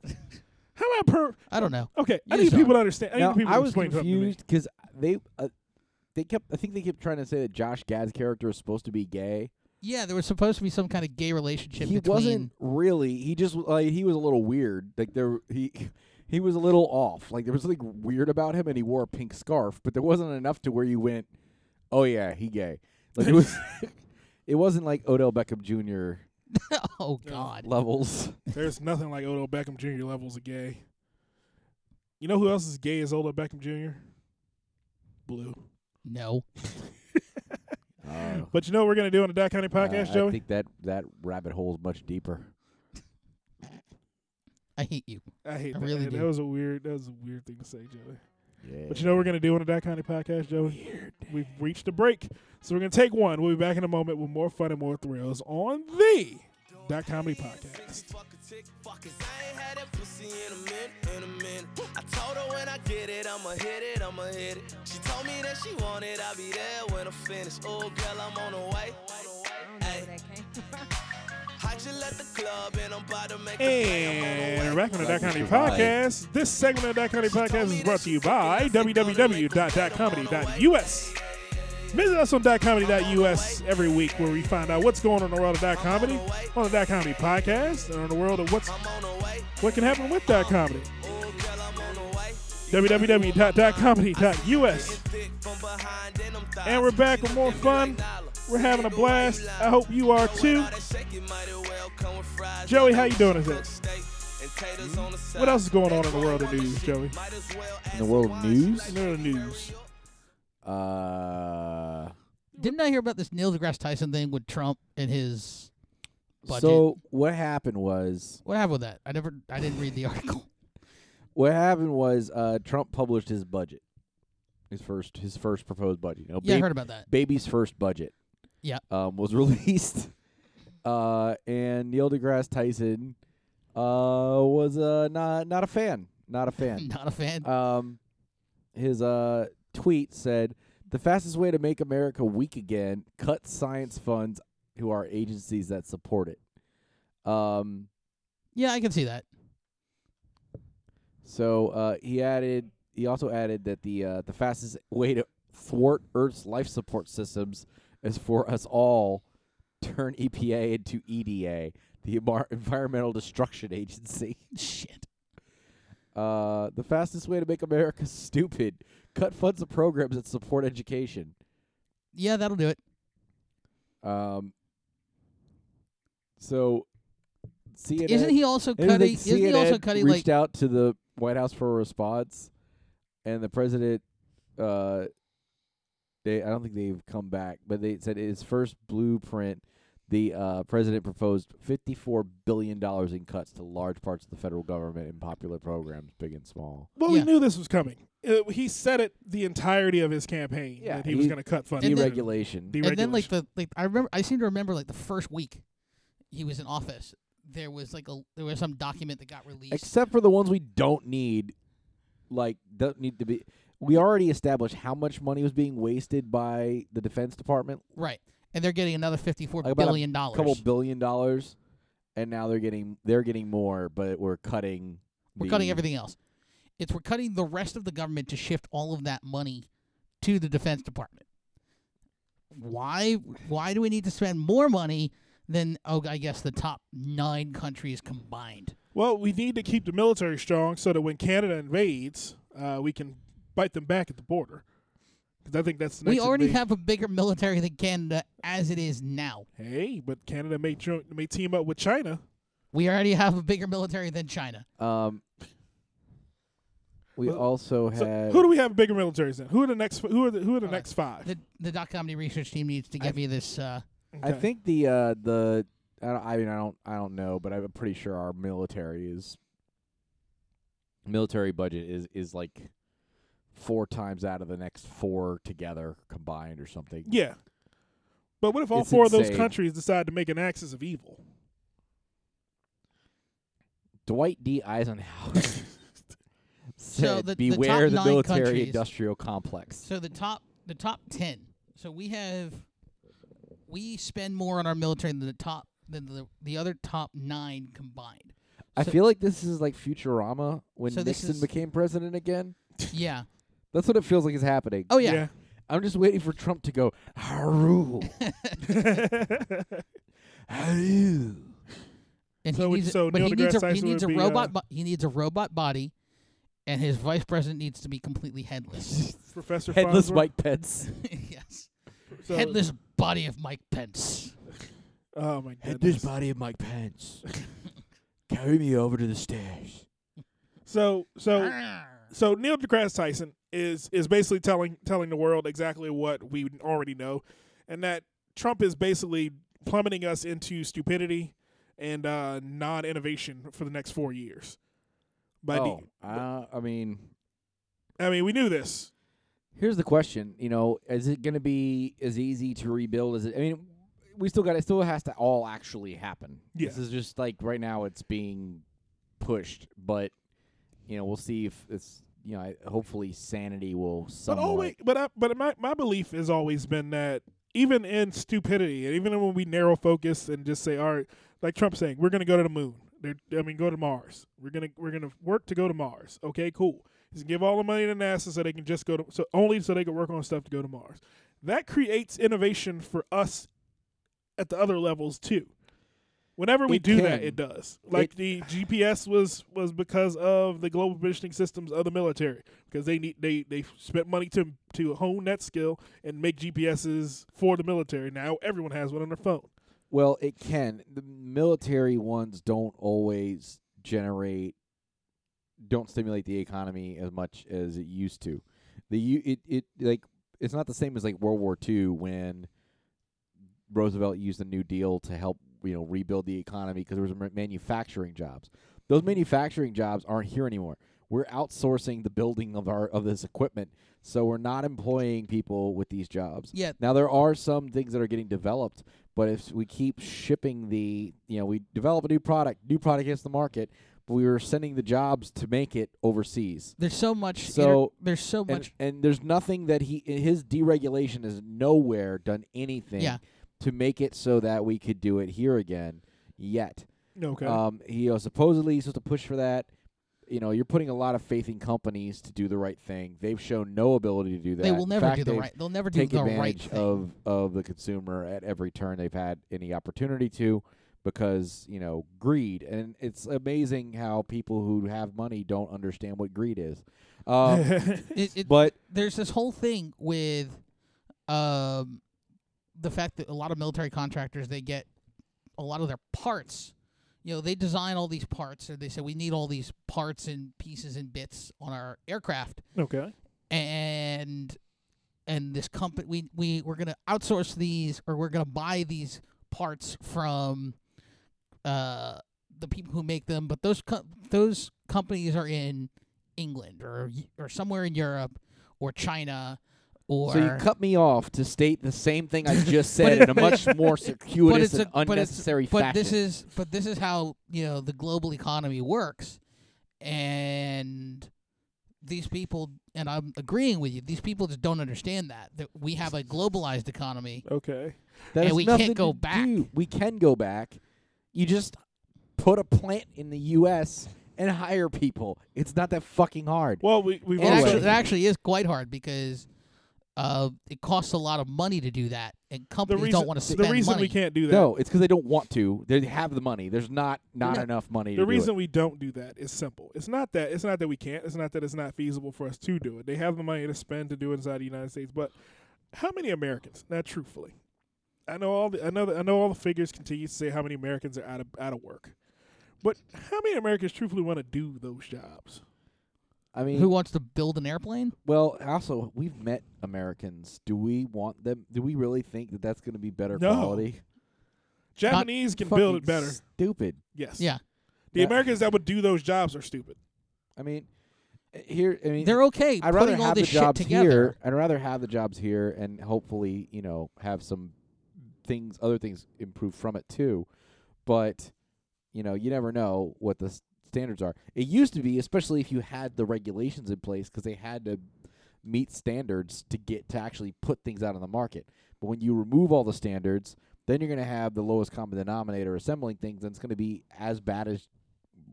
Speaker 1: How am I a perv?
Speaker 4: I don't know.
Speaker 1: Okay, I
Speaker 4: You
Speaker 1: need
Speaker 4: just
Speaker 1: people to understand. I need
Speaker 3: Now,
Speaker 1: people
Speaker 3: I
Speaker 1: to
Speaker 3: was
Speaker 1: explain something to me.
Speaker 3: confused because they uh, they kept. I think they kept trying to say that Josh Gad's character is supposed to be gay.
Speaker 4: Yeah, there was supposed to be some kind of gay relationship
Speaker 3: he
Speaker 4: between.
Speaker 3: wasn't really. He just like he was a little weird. Like there he. He was a little off. Like there was something weird about him, and he wore a pink scarf. But there wasn't enough to where you went, "Oh yeah, he gay." Like it was, it wasn't like Odell Beckham Jr.
Speaker 4: oh God.
Speaker 3: levels.
Speaker 1: There's nothing like Odell Beckham Jr. levels of gay. You know who else is gay as Odell Beckham Jr.? Blue.
Speaker 4: No.
Speaker 3: Oh.
Speaker 1: But you know what we're gonna do on the Dot County podcast,
Speaker 3: Uh, I
Speaker 1: Joey?
Speaker 3: think that that rabbit hole is much deeper.
Speaker 4: I hate you.
Speaker 1: I hate
Speaker 4: I
Speaker 1: that.
Speaker 4: really
Speaker 1: that
Speaker 4: do.
Speaker 1: was a weird that was a weird thing to say, Joey.
Speaker 3: Yeah.
Speaker 1: But you know what we're gonna do on the Dot County podcast, Joey? We've reached a break. So we're gonna take one. We'll be back in a moment with more fun and more thrills on the Dot Comedy Podcast.
Speaker 6: Fuck a tick, fuck, 'cause I ain't had that pussy in a minute, in a minute. I told her when I get it, I'ma hit it, I'ma hit it. She told me that she want it, I'll be there when I'm finished. Oh, girl, I'm on the way. Ay, I just left the club and I'm about to make a play.
Speaker 1: And
Speaker 6: I'm
Speaker 1: we're back on the Dot County
Speaker 3: Survive.
Speaker 1: Podcast. This segment of the Dot County Podcast is brought to you by www.dotcomedy.us. Visit us on dotcomedy.us every week where we find out what's going on in the world of dot comedy, on the dot comedy podcast, and on the world of what's
Speaker 6: on the way.
Speaker 1: what can happen with dot comedy.
Speaker 6: Oh, girl, I'm on the way.
Speaker 1: www.dotcomedy.us.
Speaker 6: Thick from behind and I'm thighs.
Speaker 1: And we're back with more fun. We're having a blast. I hope you are too.
Speaker 6: Joey, how you doing today?
Speaker 1: What else is going on in the world of news, Joey?
Speaker 3: in the world of news,
Speaker 1: In the world of news.
Speaker 3: uh,
Speaker 4: Didn't I hear about this Neil deGrasse Tyson thing with Trump and his budget.
Speaker 3: So what happened was
Speaker 4: what happened with that? I never, I didn't read the article.
Speaker 3: what happened was uh, Trump published his budget, his first his first proposed budget. You know,
Speaker 4: yeah, I
Speaker 3: ba-
Speaker 4: heard about that.
Speaker 3: baby's first budget.
Speaker 4: Yeah.
Speaker 3: um, was released, uh, and Neil deGrasse Tyson uh, was uh, not not a fan, not a fan.
Speaker 4: Not a fan.
Speaker 3: um, his uh, tweet said, "The fastest way to make America weak again: cut science funds, who are agencies that support it." Um,
Speaker 4: yeah, I can see that.
Speaker 3: so uh, he added. He also added that the uh, the fastest way to thwart Earth's life support systems is for us all turn EPA into EDA, the Emar- Environmental Destruction Agency.
Speaker 4: Shit.
Speaker 3: Uh, the fastest way to make America stupid: cut funds of programs that support education.
Speaker 4: Yeah, that'll do it.
Speaker 3: Um. So, CNN,
Speaker 4: Isn't he also
Speaker 3: I don't
Speaker 4: cutting?
Speaker 3: think
Speaker 4: Isn't he also
Speaker 3: CNN
Speaker 4: cutting like?
Speaker 3: reached out to the White House for a response, and the president, uh, they I don't think they've come back, but they said in his first blueprint, the uh, president proposed fifty-four billion dollars in cuts to large parts of the federal government and popular programs, big and small.
Speaker 1: Well,
Speaker 4: Yeah.
Speaker 1: we knew this was coming. Uh, he said it the entirety of his campaign
Speaker 3: Yeah,
Speaker 1: that he, was
Speaker 3: he-
Speaker 1: going to cut funding.
Speaker 3: Deregulation.
Speaker 4: and then like
Speaker 1: Deregulation.
Speaker 4: the like I remember I seem to remember like the first week he was in office there was like a there was some document that got released.
Speaker 3: except for the ones we don't need like don't need to be we already established how much money was being wasted by the defense department
Speaker 4: right. And they're getting another fifty four
Speaker 3: Like
Speaker 4: billion
Speaker 3: about a a
Speaker 4: dollars.
Speaker 3: couple billion dollars and now they're getting they're getting more but we're cutting
Speaker 4: we're
Speaker 3: the-
Speaker 4: cutting everything else. It's we're cutting the rest of the government to shift all of that money to the defense department. Why why do we need to spend more money than oh I guess the top 9 countries combined?
Speaker 1: well, we need to keep the military strong so that when Canada invades, uh, we can bite them back at the border. Because I think that's the
Speaker 4: We
Speaker 1: next
Speaker 4: already
Speaker 1: invasion.
Speaker 4: have a bigger military than Canada as it is now.
Speaker 1: Hey, but Canada may join, may team up with China.
Speaker 4: We already have a bigger military than China.
Speaker 3: um we
Speaker 1: Well,
Speaker 3: also
Speaker 1: So
Speaker 3: had
Speaker 1: who do we have bigger militaries than? Who are the next? Who are the, who are the
Speaker 4: Uh,
Speaker 1: next five?
Speaker 4: The the dot comedy research team needs to give me this. Uh,
Speaker 3: I
Speaker 1: Okay.
Speaker 3: think the uh the I, don't, I mean I don't I don't know, but I'm pretty sure our military is military budget is is like four times out of the next four together combined or something.
Speaker 1: Yeah. But what if all
Speaker 3: It's
Speaker 1: four of those
Speaker 3: insane.
Speaker 1: countries decide to make an axis of evil?
Speaker 3: Dwight D Eisenhower said,
Speaker 4: the- the
Speaker 3: "Beware the
Speaker 4: top nine countries-
Speaker 3: military-industrial complex."
Speaker 4: so the top the top ten. So we have we spend more on our military than the top than the the other top nine combined.
Speaker 3: I
Speaker 4: so-
Speaker 3: feel like this is like Futurama when
Speaker 4: So this
Speaker 3: Nixon
Speaker 4: is-
Speaker 3: became president again.
Speaker 4: Yeah.
Speaker 3: That's what it feels like is happening.
Speaker 4: Oh yeah.
Speaker 3: I'm just waiting for Trump to go, "Haru, Haru."
Speaker 4: And
Speaker 1: So
Speaker 4: he
Speaker 1: it-
Speaker 4: needs, a-
Speaker 1: so
Speaker 4: but he
Speaker 1: Neil
Speaker 4: needs
Speaker 1: deGrasse
Speaker 4: a he
Speaker 1: Tyson
Speaker 4: needs a
Speaker 1: would be,
Speaker 4: robot.
Speaker 1: uh,
Speaker 4: bo- he needs a robot body, and his vice president needs to be completely headless.
Speaker 1: Professor
Speaker 3: Headless
Speaker 1: Farnsworth.
Speaker 3: Mike Pence.
Speaker 4: yes.
Speaker 1: So-
Speaker 4: headless body of Mike Pence.
Speaker 1: Oh my
Speaker 3: Head this
Speaker 1: goodness.
Speaker 3: body of Mike Pence. Carry me over to the stairs.
Speaker 1: So so so Neil deGrasse Tyson is is basically telling telling the world exactly what we already know, and that Trump is basically plummeting us into stupidity and uh, non innovation for the next four years. But
Speaker 3: oh, uh, I mean,
Speaker 1: I mean, we knew this.
Speaker 3: here's the question. You know, is it going to be as easy to rebuild as it? I mean, we still got it. Still has to all actually happen.
Speaker 1: Yeah.
Speaker 3: This is just like right now it's being pushed, but you know we'll see if it's you know I- hopefully sanity will
Speaker 1: But
Speaker 3: somewhat.
Speaker 1: always, but I, but my my belief has always been that even in stupidity, and even when we narrow focus and just say, all right, like Trump saying, we're going to go to the moon. They're, I mean, go to Mars. We're gonna we're gonna work to go to Mars. Okay, cool. Just give all the money to NASA so they can just go to so only so they can work on stuff to go to Mars. That creates innovation for us at the other levels too. Whenever we
Speaker 3: It
Speaker 1: do that,
Speaker 3: can.
Speaker 1: it does. Like
Speaker 3: It-
Speaker 1: the GPS was was because of the global positioning systems of the military because they need they they spent money to to hone that skill and make GPSs for the military. Now everyone has one on their phone.
Speaker 3: Well, it can. The military ones don't always generate, don't stimulate the economy as much as it used to. The u it it like it's not the same as like World War II when Roosevelt used the New Deal to help you know rebuild the economy because there was ma- manufacturing jobs. Those manufacturing jobs aren't here anymore. We're outsourcing the building of our of this equipment, so we're not employing people with these jobs.
Speaker 4: Yeah.
Speaker 3: Now there are some things that are getting developed, but if we keep shipping the, you know, we develop a new product, new product hits the market, but we were sending the jobs to make it overseas.
Speaker 4: There's so much. inter-
Speaker 3: So-
Speaker 4: there's so
Speaker 3: And,
Speaker 4: much.
Speaker 3: and there's nothing that he his deregulation has nowhere done anything
Speaker 4: Yeah.
Speaker 3: to make it so that we could do it here again yet.
Speaker 1: Okay.
Speaker 3: Um, he uh, supposedly he's supposed to push for that. You know, you're putting a lot of faith in companies to do the right thing. They've shown no ability to do that.
Speaker 4: They will
Speaker 3: In
Speaker 4: never
Speaker 3: fact,
Speaker 4: do the
Speaker 3: they've
Speaker 4: right. They'll never do
Speaker 3: take
Speaker 4: the
Speaker 3: advantage
Speaker 4: right thing.
Speaker 3: of of the consumer at every turn they've had any opportunity to because you know greed and it's amazing how people who have money don't understand what greed is um,
Speaker 4: It- it-
Speaker 3: but
Speaker 4: there's this whole thing with um, the fact that a lot of military contractors they get a lot of their parts. You know, they design all these parts, or they say we need all these parts and pieces and bits on our aircraft,
Speaker 1: okay.
Speaker 4: and and this company we we we're gonna outsource these, or we're gonna buy these parts from uh, the people who make them. But those co- those companies are in England or y- or somewhere in Europe or China or
Speaker 3: so you cut me off to state the same thing i just
Speaker 4: But
Speaker 3: said in
Speaker 4: it-
Speaker 3: a much more
Speaker 4: but
Speaker 3: circuitous
Speaker 4: it's a,
Speaker 3: and
Speaker 4: but it's-
Speaker 3: unnecessary
Speaker 4: but
Speaker 3: fashion
Speaker 4: this is but this is how you know the global economy works, and these people and I'm agreeing with you. These people just don't understand that that we have a globalized economy.
Speaker 1: Okay.
Speaker 3: That
Speaker 4: and
Speaker 3: has
Speaker 4: we can't
Speaker 3: nothing
Speaker 4: go
Speaker 3: to
Speaker 4: back.
Speaker 3: do- we can go back you just put a plant in the us and hire people it's not that fucking hard
Speaker 1: Well, we we've
Speaker 4: It
Speaker 3: Well,
Speaker 1: also-
Speaker 4: actually,
Speaker 3: wait.
Speaker 4: it actually is quite hard because uh, it costs a lot of money to do that, and
Speaker 1: the
Speaker 4: companies
Speaker 1: reason
Speaker 4: don't want to spend
Speaker 1: the reason
Speaker 4: money.
Speaker 1: we can't do that.
Speaker 3: No, it's because they don't want to. They have the money. There's not not
Speaker 4: No.
Speaker 3: enough money.
Speaker 1: The
Speaker 3: to
Speaker 1: reason we don't do that is simple. It's not that it's not that we can't. It's not that it's not feasible for us to do it. They have the money to spend to do it inside the United States. But how many Americans? Now, truthfully, I know all the I know the, I know all the figures continue to say how many Americans are out of out of work. But how many Americans truthfully want to do those jobs?
Speaker 3: do it. I mean,
Speaker 4: Who wants to build an airplane?
Speaker 3: well, also we've met Americans. Do we want them? Do we really think that that's going to be better
Speaker 1: No.
Speaker 3: quality?
Speaker 1: Japanese can build it
Speaker 3: Fucking
Speaker 1: better.
Speaker 3: Stupid.
Speaker 1: Yes.
Speaker 4: Yeah,
Speaker 1: The
Speaker 3: Yeah.
Speaker 1: Americans that would do those jobs are stupid.
Speaker 3: I mean, uh, here. I mean,
Speaker 4: they're okay
Speaker 3: I'd rather
Speaker 4: putting all
Speaker 3: have the
Speaker 4: this shit
Speaker 3: jobs
Speaker 4: together.
Speaker 3: here. I'd rather have the jobs here, and hopefully, you know, have some things, other things improve from it too. But you know, you never know what the s- standards are. It used to be, especially if you had the regulations in place, because they had to meet standards to get to actually put things out on the market. But when you remove all the standards, then you're going to have the lowest common denominator assembling things, and it's going to be as bad as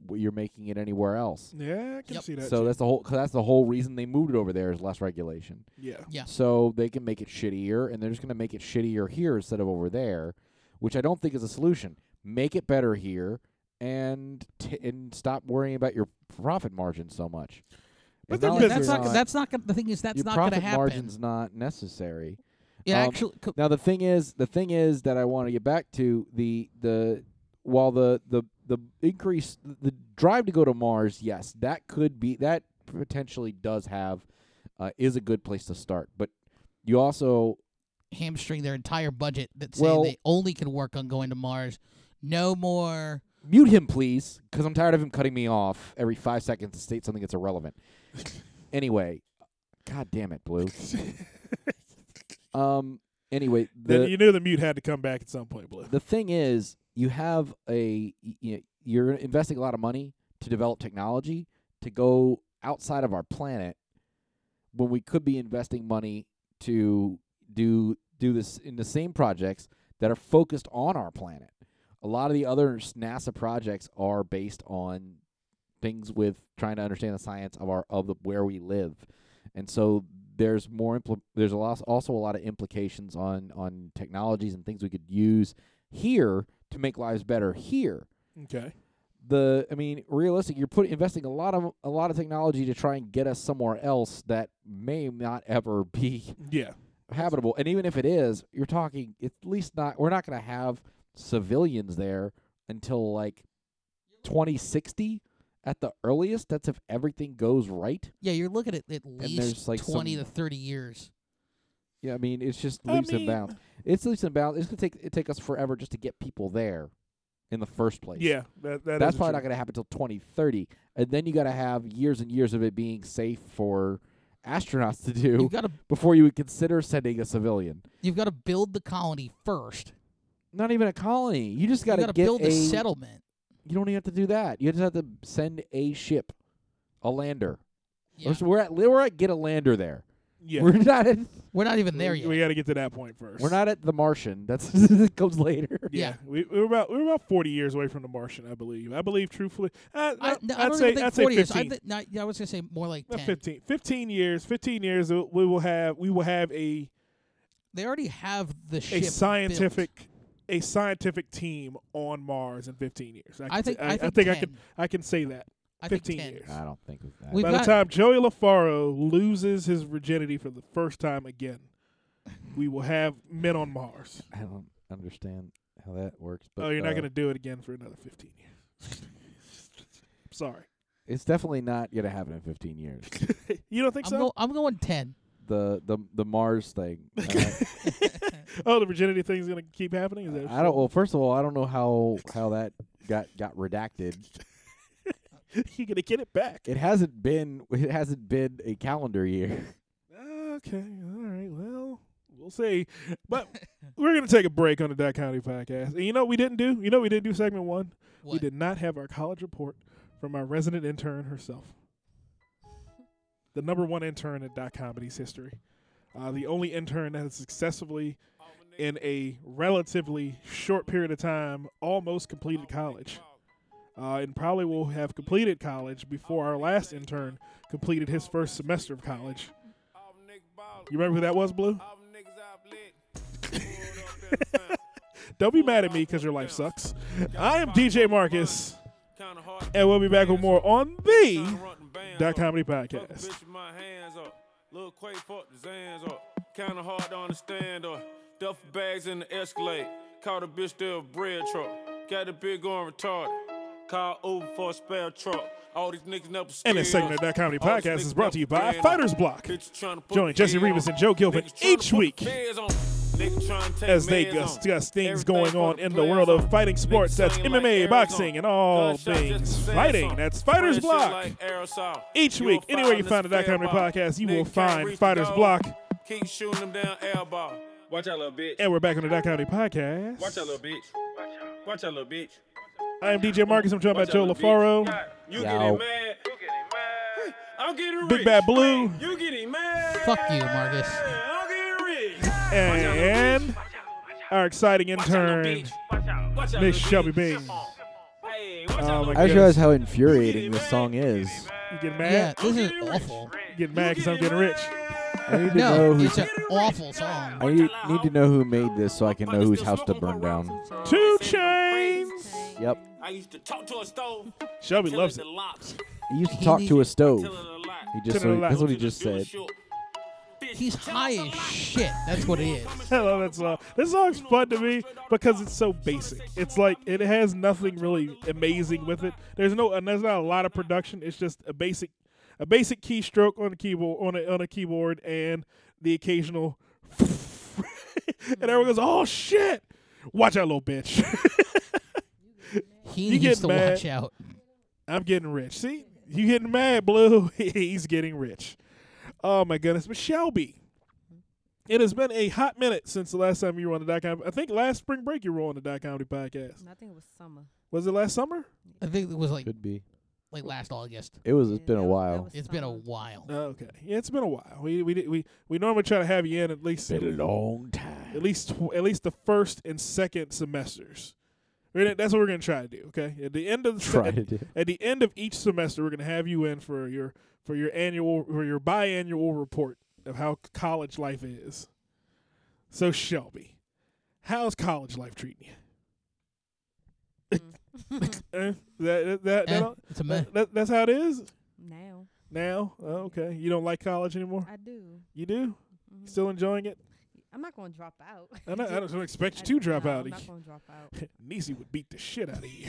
Speaker 3: what you're making it anywhere else.
Speaker 1: Yeah, I can
Speaker 4: Yep.
Speaker 1: see that.
Speaker 3: So
Speaker 1: too.
Speaker 3: that's the whole. Cause that's the whole reason they moved it over there is less regulation.
Speaker 1: yeah.
Speaker 4: Yeah.
Speaker 3: So they can make it shittier, and they're just going to make it shittier here instead of over there, which I don't think is a solution. Make it better here, and t- and stop worrying about your profit margin so much.
Speaker 1: But
Speaker 3: It's
Speaker 1: they're
Speaker 3: not
Speaker 4: But
Speaker 3: like
Speaker 4: that's
Speaker 1: business.
Speaker 3: you're
Speaker 4: not. That's not. Gonna, the thing is, that's
Speaker 3: your
Speaker 4: not going
Speaker 3: profit
Speaker 4: to happen.
Speaker 3: margin's not necessary.
Speaker 4: It
Speaker 3: Um,
Speaker 4: actually. co-
Speaker 3: Now the thing is, the thing is that I want to get back to the the while the the the increase the drive to go to Mars, yes, that could be that potentially does have uh, is a good place to start, but you also
Speaker 4: hamstring their entire budget that say
Speaker 3: Well-
Speaker 4: they only can work on going to Mars. No more.
Speaker 3: mute him, please, because I'm tired of him cutting me off every five seconds to state something that's irrelevant. anyway, God damn it, Blue. um. Anyway, the,
Speaker 1: Then you knew the mute had to come back at some point, Blue.
Speaker 3: the thing is, you have a y- you know, you're investing a lot of money to develop technology to go outside of our planet when we could be investing money to do do this in the same projects that are focused on our planet. A lot of the other s- NASA projects are based on things with trying to understand the science of our of the where we live, and so there's more impl- there's a lot, also a lot of implications on on technologies and things we could use here to make lives better here.
Speaker 1: Okay.
Speaker 3: The I mean, realistic, you're put investing a lot of a lot of technology to try and get us somewhere else that may not ever be
Speaker 1: Yeah.
Speaker 3: habitable. And even if it is, you're talking at least not we're not going to have civilians there until like 2060 at the earliest. That's if everything goes right.
Speaker 4: Yeah, you're looking at at
Speaker 3: there's,
Speaker 4: least
Speaker 3: like,
Speaker 4: twenty
Speaker 3: some-
Speaker 4: to thirty years.
Speaker 3: Yeah, I mean, it's just
Speaker 1: I
Speaker 3: leaps
Speaker 1: mean-
Speaker 3: and bounds. It's leaps and bounds. It's going to take it take us forever just to get people there. in the first place.
Speaker 1: Yeah, that, that
Speaker 3: That's
Speaker 1: is
Speaker 3: probably not
Speaker 1: true.
Speaker 3: going to happen until 2030. And then you got to have years and years of it being safe for astronauts to do
Speaker 4: You've got to
Speaker 3: before you would consider sending a civilian.
Speaker 4: you've got to build the colony first.
Speaker 3: Not even a colony. You just got
Speaker 4: you
Speaker 3: to
Speaker 4: gotta
Speaker 3: get
Speaker 4: build
Speaker 3: a
Speaker 4: a settlement.
Speaker 3: You don't even have to do that. You just have to send a ship, a lander.
Speaker 4: Yeah.
Speaker 3: So we're at we're at get a lander there.
Speaker 1: Yeah,
Speaker 3: We're not at
Speaker 4: We're not even there
Speaker 1: we,
Speaker 4: yet.
Speaker 1: We got to get to that point first.
Speaker 3: we're not at the Martian. That's it comes later.
Speaker 1: Yeah,
Speaker 4: Yeah.
Speaker 1: We, we were about we were about forty years away from the Martian, I believe. I believe truthfully, I,
Speaker 4: I, no, I
Speaker 1: would
Speaker 4: don't
Speaker 1: say
Speaker 4: even think
Speaker 1: I'd say
Speaker 4: 40 years. I,
Speaker 1: fifteen.
Speaker 4: think not, yeah, I was gonna say more like
Speaker 1: Uh,
Speaker 4: 10.
Speaker 1: 15, 15 years. Fifteen years. uh, We will have we will have a
Speaker 4: They already have the
Speaker 1: a
Speaker 4: ship. built.
Speaker 1: scientific a scientific team on Mars in fifteen years.
Speaker 4: I
Speaker 1: can
Speaker 4: think
Speaker 1: say-
Speaker 4: I,
Speaker 1: I,
Speaker 4: think,
Speaker 1: think I
Speaker 4: 10.
Speaker 1: can I can say that.
Speaker 4: I think
Speaker 1: 15
Speaker 4: 10.
Speaker 1: years.
Speaker 3: I don't think of that.
Speaker 4: We've
Speaker 1: By
Speaker 4: got-
Speaker 1: the time Joey LaFaro loses his virginity for the first time again, we will have men on Mars.
Speaker 3: I don't understand how that works. But
Speaker 1: oh, you're
Speaker 3: uh,
Speaker 1: not going to do it again for another fifteen years. Sorry,
Speaker 3: It's definitely not gonna happen in 15 years.
Speaker 1: you don't think
Speaker 4: I'm,
Speaker 1: so?
Speaker 4: go, I'm going 10.
Speaker 3: the the the Mars thing. I,
Speaker 1: Oh, the virginity thing's gonna keep happening. Is that
Speaker 3: I don't. Well, first of all, I don't know how how that got got redacted.
Speaker 1: You're gonna get it back.
Speaker 3: It hasn't been it hasn't been a calendar year.
Speaker 1: Okay. All right. Well, we'll see. But we're gonna take a break on the Dot County podcast. And you know what we didn't do? You know what we didn't do segment one. We
Speaker 4: What?
Speaker 1: did not have our college report from our resident intern herself, the number one intern in Dot Comedy's history, uh, the only intern that has successfully. In a relatively short period of time, almost completed college. uh, and probably will have completed college before our last intern completed his first semester of college. You remember who that was, Blue? Don't be mad at me because your life sucks. I am DJ Marcus, and we'll be back with more on the Dot Comedy Podcast.
Speaker 7: Bitch, my hands up. Lil Quay fucked his hands up. Kinda hard to understand, uh. Duff bags in the Escalade. Caught a bitch there a bread truck. Got a big going retarded. Call Uber for a spare truck. All these niggas never
Speaker 1: And this segment of Dot Comedy Podcast is brought to you by Fighters Block. Join Jesse Rivas and Joe Gilpin each week as they discuss things going on in the world of fighting sports. That's MMA, boxing, and all things fighting. That's Fighters Block.
Speaker 7: Each week, anywhere you find the Dot Comedy podcast, you will find Fighters Block. Keep shooting them down, elbow. Watch out, little bitch.
Speaker 1: And we're back on the Dot Comedy Podcast.
Speaker 7: Watch out, little bitch. Watch out, little bitch.
Speaker 1: I am DJ Marcus. I'm joined by
Speaker 7: Watch out,
Speaker 1: Joe
Speaker 7: little bitch.
Speaker 1: LaFaro,
Speaker 7: You
Speaker 3: Yo.
Speaker 7: getting mad? You getting mad? I'm getting
Speaker 1: Big
Speaker 7: rich.
Speaker 1: Bad Blue,
Speaker 7: You getting mad?
Speaker 4: Fuck you, Marcus.
Speaker 7: I'm getting rich.
Speaker 1: and our exciting intern, Miss Shelby Bing. Oh my
Speaker 3: I just
Speaker 1: goodness.
Speaker 3: realized how infuriating this song is.
Speaker 1: You get
Speaker 4: Yeah,
Speaker 1: mad?
Speaker 4: this is awful.
Speaker 1: You get mad because I'm getting rich.
Speaker 3: I need to know
Speaker 4: No,
Speaker 3: who
Speaker 4: it's an awful song.
Speaker 3: I need, need to know who made this so I can know whose house to burn down.
Speaker 1: Two chains.
Speaker 3: Yep.
Speaker 7: I used to talk to a stove.
Speaker 1: Shelby
Speaker 7: till
Speaker 1: loves
Speaker 7: the
Speaker 1: it.
Speaker 7: locks,
Speaker 3: He used to
Speaker 4: He
Speaker 3: talk
Speaker 4: need-
Speaker 3: to a stove.
Speaker 7: till the lock.
Speaker 3: He just
Speaker 1: Tell it a
Speaker 3: that's
Speaker 1: lot.
Speaker 3: what he just said.
Speaker 4: He's high as shit. That's what it is.
Speaker 1: I love that song. This song's fun to me because it's so basic. It's like it has nothing really amazing with it. There's no, and there's not a lot of production. It's just a basic, a basic keystroke on a keyboard on a on a keyboard and the occasional, and everyone goes, "Oh shit, watch out, little bitch."
Speaker 4: He
Speaker 1: You
Speaker 4: needs
Speaker 1: get
Speaker 4: to
Speaker 1: mad.
Speaker 4: watch out.
Speaker 1: I'm getting rich. See, you getting mad, Blue? He's getting rich. Oh my goodness, but Shelby, it has been a hot minute since the last time you were on the dot com. I think last spring break you were on the dot comedy podcast.
Speaker 5: I think it was summer.
Speaker 1: Was it last summer?
Speaker 4: I think it was like
Speaker 3: Could be.
Speaker 4: like last August.
Speaker 3: It was. It's
Speaker 5: Yeah,
Speaker 3: been a
Speaker 5: that was- that
Speaker 3: while.
Speaker 5: was
Speaker 4: It's been a
Speaker 5: summer.
Speaker 4: while.
Speaker 1: Oh, okay, yeah, it's been a while. We we did- we we normally try to have you in at least at,
Speaker 3: long time.
Speaker 1: least tw- at least the first and second semesters. We're gonna, that's what we're gonna try to do. Okay, at the end of the se-
Speaker 3: Try
Speaker 1: at-
Speaker 3: to do.
Speaker 1: at the end of each semester we're going to have you in for your for your annual for your biannual report of how c- college life is so shelby how's college life treating you
Speaker 5: Mm.
Speaker 1: Eh? that, that, that,
Speaker 4: Eh,
Speaker 1: that-
Speaker 4: it's a meh.
Speaker 1: that- that's how it is
Speaker 5: Now
Speaker 1: now oh, okay you don't like college anymore
Speaker 5: I do. Mm-hmm.
Speaker 1: you do You still enjoying it
Speaker 5: I'm not gonna drop out.
Speaker 1: i, know, I don't expect
Speaker 5: I-
Speaker 1: you to drop
Speaker 5: no,
Speaker 1: out
Speaker 5: I'm not gonna drop out.
Speaker 1: Niecy would beat the shit out of you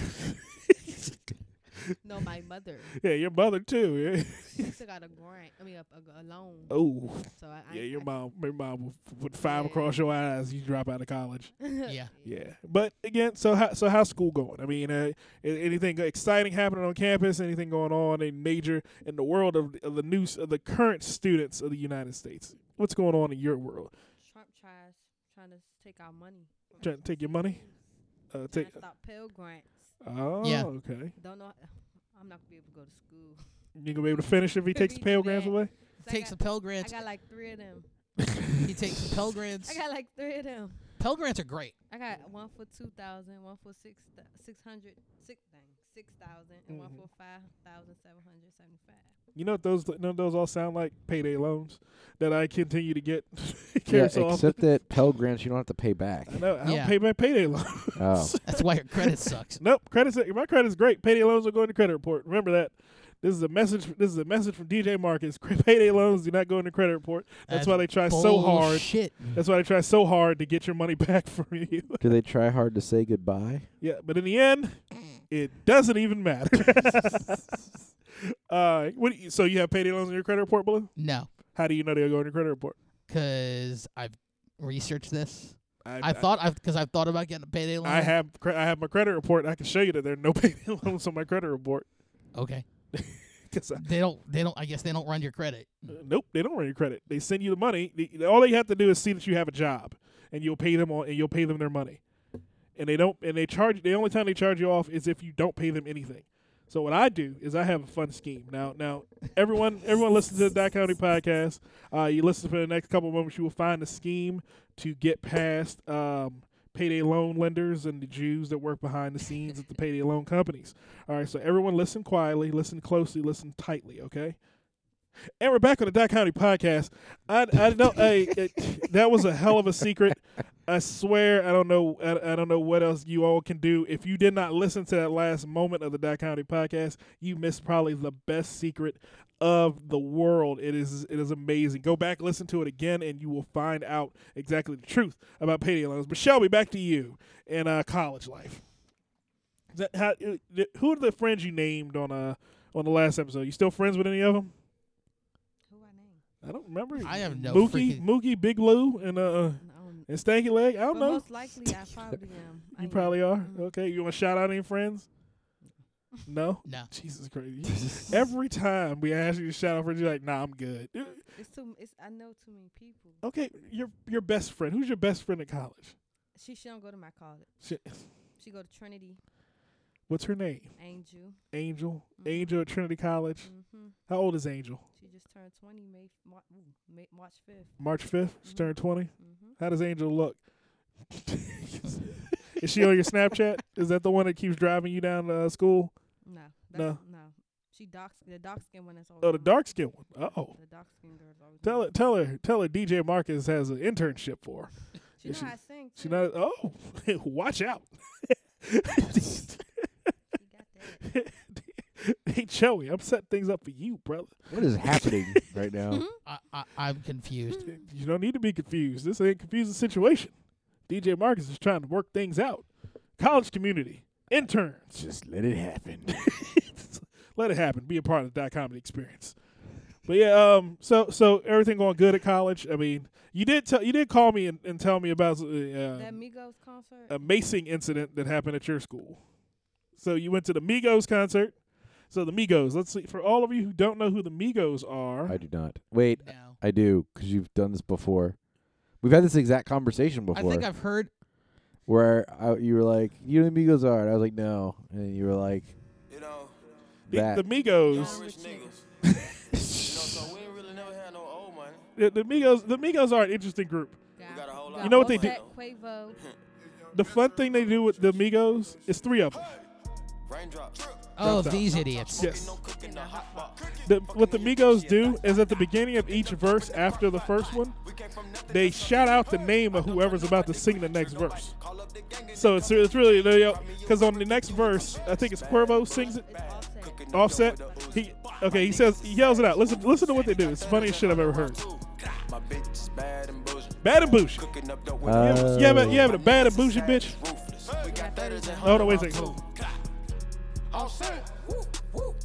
Speaker 5: No, my mother.
Speaker 1: Yeah, your mother too. Yeah.
Speaker 5: She still got a grant. I mean, a, a, a loan.
Speaker 1: Oh,
Speaker 5: So I, I
Speaker 1: yeah, your
Speaker 5: I-
Speaker 1: mom, your mom would, would five
Speaker 5: Yeah.
Speaker 1: across your eyes. You drop out of college.
Speaker 4: Yeah.
Speaker 1: Yeah, but again, so how so how's school going? I mean, uh, a- anything exciting happening on campus? Anything going on in major in the world of, of the news of the current students of the United States? What's going on in your world?
Speaker 5: Trump tries trying to take our money.
Speaker 1: Trying to take your money? Uh,
Speaker 5: Trying
Speaker 1: take.
Speaker 5: to stop Pell grants.
Speaker 1: Oh,
Speaker 4: Yeah.
Speaker 1: okay.
Speaker 5: Don't know. I'm not gonna be able to go to school.
Speaker 1: You gonna be able to finish if he takes the Pell Grants
Speaker 5: Read
Speaker 1: away?
Speaker 5: So
Speaker 4: Takes
Speaker 5: I
Speaker 4: the
Speaker 5: got,
Speaker 4: Pell
Speaker 5: I
Speaker 4: Grants.
Speaker 5: got like three of them.
Speaker 4: He takes the Pell Grants.
Speaker 5: I got like three of them.
Speaker 4: Pell Grants are great.
Speaker 5: I got one for two thousand, one for six th- six hundred, six dang, six thousand, and one
Speaker 1: Mhm.
Speaker 5: for five thousand seven hundred seventy-five.
Speaker 1: You know what those you know what those all sound like payday loans that I continue to get.
Speaker 3: Yeah,
Speaker 1: carried so often.
Speaker 3: except that Pell Grants you don't have to pay back.
Speaker 1: I know I don't
Speaker 4: Yeah.
Speaker 1: pay my payday loans.
Speaker 3: Oh.
Speaker 4: That's why your credit sucks.
Speaker 1: Nope, credit's my credit's great. Payday loans will go in the credit report. Remember that. This is a message. This is a message from DJ Marcus. Payday loans do not go in the credit report. That's,
Speaker 4: That's
Speaker 1: why they try so hard.
Speaker 4: Shit.
Speaker 1: That's why they try so hard to get your money back from you.
Speaker 3: Do they try hard to say goodbye?
Speaker 1: Yeah, but in the end, it doesn't even matter. uh, what? do you- So you have payday loans in your credit report, Blue?
Speaker 4: No,
Speaker 1: How do you know they'll go in your credit report?
Speaker 4: because I've researched this. I thought I've because I've thought about getting a payday loan.
Speaker 1: I have cre- I have my credit report. I can show you that there are no payday loans on my credit report.
Speaker 4: Okay.
Speaker 1: 'Cause I-
Speaker 4: They don't. They don't. I guess they don't run your credit.
Speaker 1: Uh, Nope, they don't run your credit. They send you the money. They- they- all they have to do is see that you have a job, and you'll pay them all, and you'll pay them their money. And they don't. And they charge. The only time they charge you off is if you don't pay them anything. So what I do is I have a fun scheme. Now, now everyone, everyone listen to the Dot County podcast. Uh, you listen for the next couple of moments. You will find a scheme to get past um, payday loan lenders and the Jews that work behind the scenes at the payday loan companies. All right. So everyone, listen quietly, listen closely, listen tightly. Okay. And we're back on the Dot County podcast. I I know hey, it, that was a hell of a secret. I swear I don't know I, I don't know what else you all can do. If you did not listen to that last moment of the Dot County podcast, you missed probably the best secret of the world. It is it is amazing. Go back listen to it again, and you will find out exactly the truth about payday loans. But Shelby, back to you and uh, college life. Is that how, who are the friends you named on uh on the last episode? You still friends with any of them?
Speaker 5: Who I name?
Speaker 1: I don't remember.
Speaker 4: I have no
Speaker 1: Mookie,
Speaker 4: freaking-
Speaker 1: Mookie, Big Lou, and uh,
Speaker 5: I don't.
Speaker 1: and Stanky Leg. I
Speaker 5: But
Speaker 1: don't know.
Speaker 5: most likely, I probably am. I
Speaker 1: you
Speaker 5: am.
Speaker 1: probably are.
Speaker 5: Mhm.
Speaker 1: Okay, you want to shout out any friends? No.
Speaker 4: No.
Speaker 1: Jesus Christ! Every time we ask you to shout out friends, you're like, "Nah, I'm good."
Speaker 5: It's too. It's I know too many people.
Speaker 1: Okay, your your best friend. Who's your best friend at college?
Speaker 5: She she don't go to my college.
Speaker 1: She-
Speaker 5: She go to Trinity
Speaker 1: What's her name?
Speaker 5: Angel.
Speaker 1: Angel.
Speaker 5: Mhm.
Speaker 1: Angel at Trinity College.
Speaker 5: Mm-hmm.
Speaker 1: How old is Angel?
Speaker 5: She just turned twenty May Mar- ooh, May, March fifth.
Speaker 1: March fifth. She
Speaker 5: Mhm.
Speaker 1: turned twenty.
Speaker 5: Mm-hmm.
Speaker 1: How does Angel look? is she on your Snapchat? Is that the one that keeps driving you down to uh, school?
Speaker 5: No, that's, no, no. She dark. The dark skin one is always.
Speaker 1: Oh, the
Speaker 5: on.
Speaker 1: dark skinned one. Oh,
Speaker 5: The dark skin girl. is always on.
Speaker 1: tell her, tell her, tell her. DJ Marcus has an internship for. her.
Speaker 5: She
Speaker 1: Yeah,
Speaker 5: know
Speaker 1: she-
Speaker 5: how to sing.
Speaker 1: She
Speaker 5: too.
Speaker 1: not. Oh, watch out.
Speaker 5: She got that.
Speaker 1: hey Joey, I'm setting things up for you, brother.
Speaker 3: What is happening right now?
Speaker 1: Mm-hmm.
Speaker 4: I, I I'm confused.
Speaker 1: You don't need to be confused. This ain't a confusing situation. DJ Marcus is trying to work things out. College community interns.
Speaker 3: Just let it happen.
Speaker 1: Let it happen. Be a part of the dot comedy experience. But yeah, um, so so everything going good at college. I mean, you did tell you did call me and, and tell me about uh,
Speaker 5: that Migos concert.
Speaker 1: a macing incident that happened at your school. So you went to the Migos concert. So the Migos, let's see. For all of you who don't know who the Migos are,
Speaker 3: I do not. Wait,
Speaker 4: Now
Speaker 3: I do, 'cause you've done this before. We've had this exact conversation
Speaker 4: I
Speaker 3: before,
Speaker 4: think I've heard.
Speaker 3: where I, you were like, "You know who the Migos are," and I was like, "No," and you were like,
Speaker 6: You know,
Speaker 3: "That."
Speaker 1: the, the Migos,
Speaker 6: young rich niggas. you know, so we ain't really never had no old money.
Speaker 1: the, the Migos, the Migos are an interesting group.
Speaker 5: Got-
Speaker 6: got a whole
Speaker 5: got
Speaker 6: lot You know
Speaker 1: what they
Speaker 5: Offset,
Speaker 6: do-
Speaker 5: Quavo.
Speaker 1: The fun thing they do with the Migos is three of them.
Speaker 6: Raindrop.
Speaker 4: Oh,
Speaker 1: out.
Speaker 4: these idiots.
Speaker 1: Yes.
Speaker 6: Cooking the hot pot.
Speaker 1: The, what the Migos do is at the beginning of each verse after the first one, they shout out the name of whoever's about to sing the next verse. So it's, it's really because on the next verse, I think it's Cuervo sings it.
Speaker 5: It's Offset.
Speaker 1: Offset. He okay. He says he yells it out. Listen, listen to what they do. It's the funniest shit I've ever heard.
Speaker 6: My bitch is bad and bullshit.
Speaker 1: Bad and bougie.
Speaker 6: Cooking up dope with
Speaker 3: Uh,
Speaker 1: Yeah, yeah, but yeah, but a bad and bougie bitch.
Speaker 6: ruthless. We got thudders and
Speaker 1: Hold on, wait a second. Hold on.
Speaker 6: All set. Woo.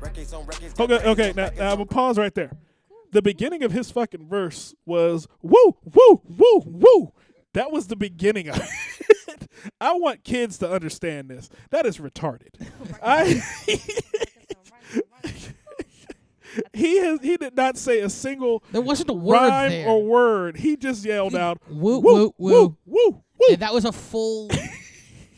Speaker 6: records on records. got
Speaker 1: Okay,
Speaker 6: records
Speaker 1: okay.
Speaker 6: on
Speaker 1: Now,
Speaker 6: records
Speaker 1: now I'm
Speaker 6: on
Speaker 1: gonna pause right there. The beginning of his fucking verse was woo, woo, woo, woo. That was the beginning of it. I want kids to understand this. That is retarded. I he has he did not say a single
Speaker 4: There wasn't a word
Speaker 1: rhyme
Speaker 4: there.
Speaker 1: or word. He just yelled
Speaker 4: He-
Speaker 1: out woo,
Speaker 4: woo, woo,
Speaker 1: woo, woo, woo.
Speaker 4: And that was a full.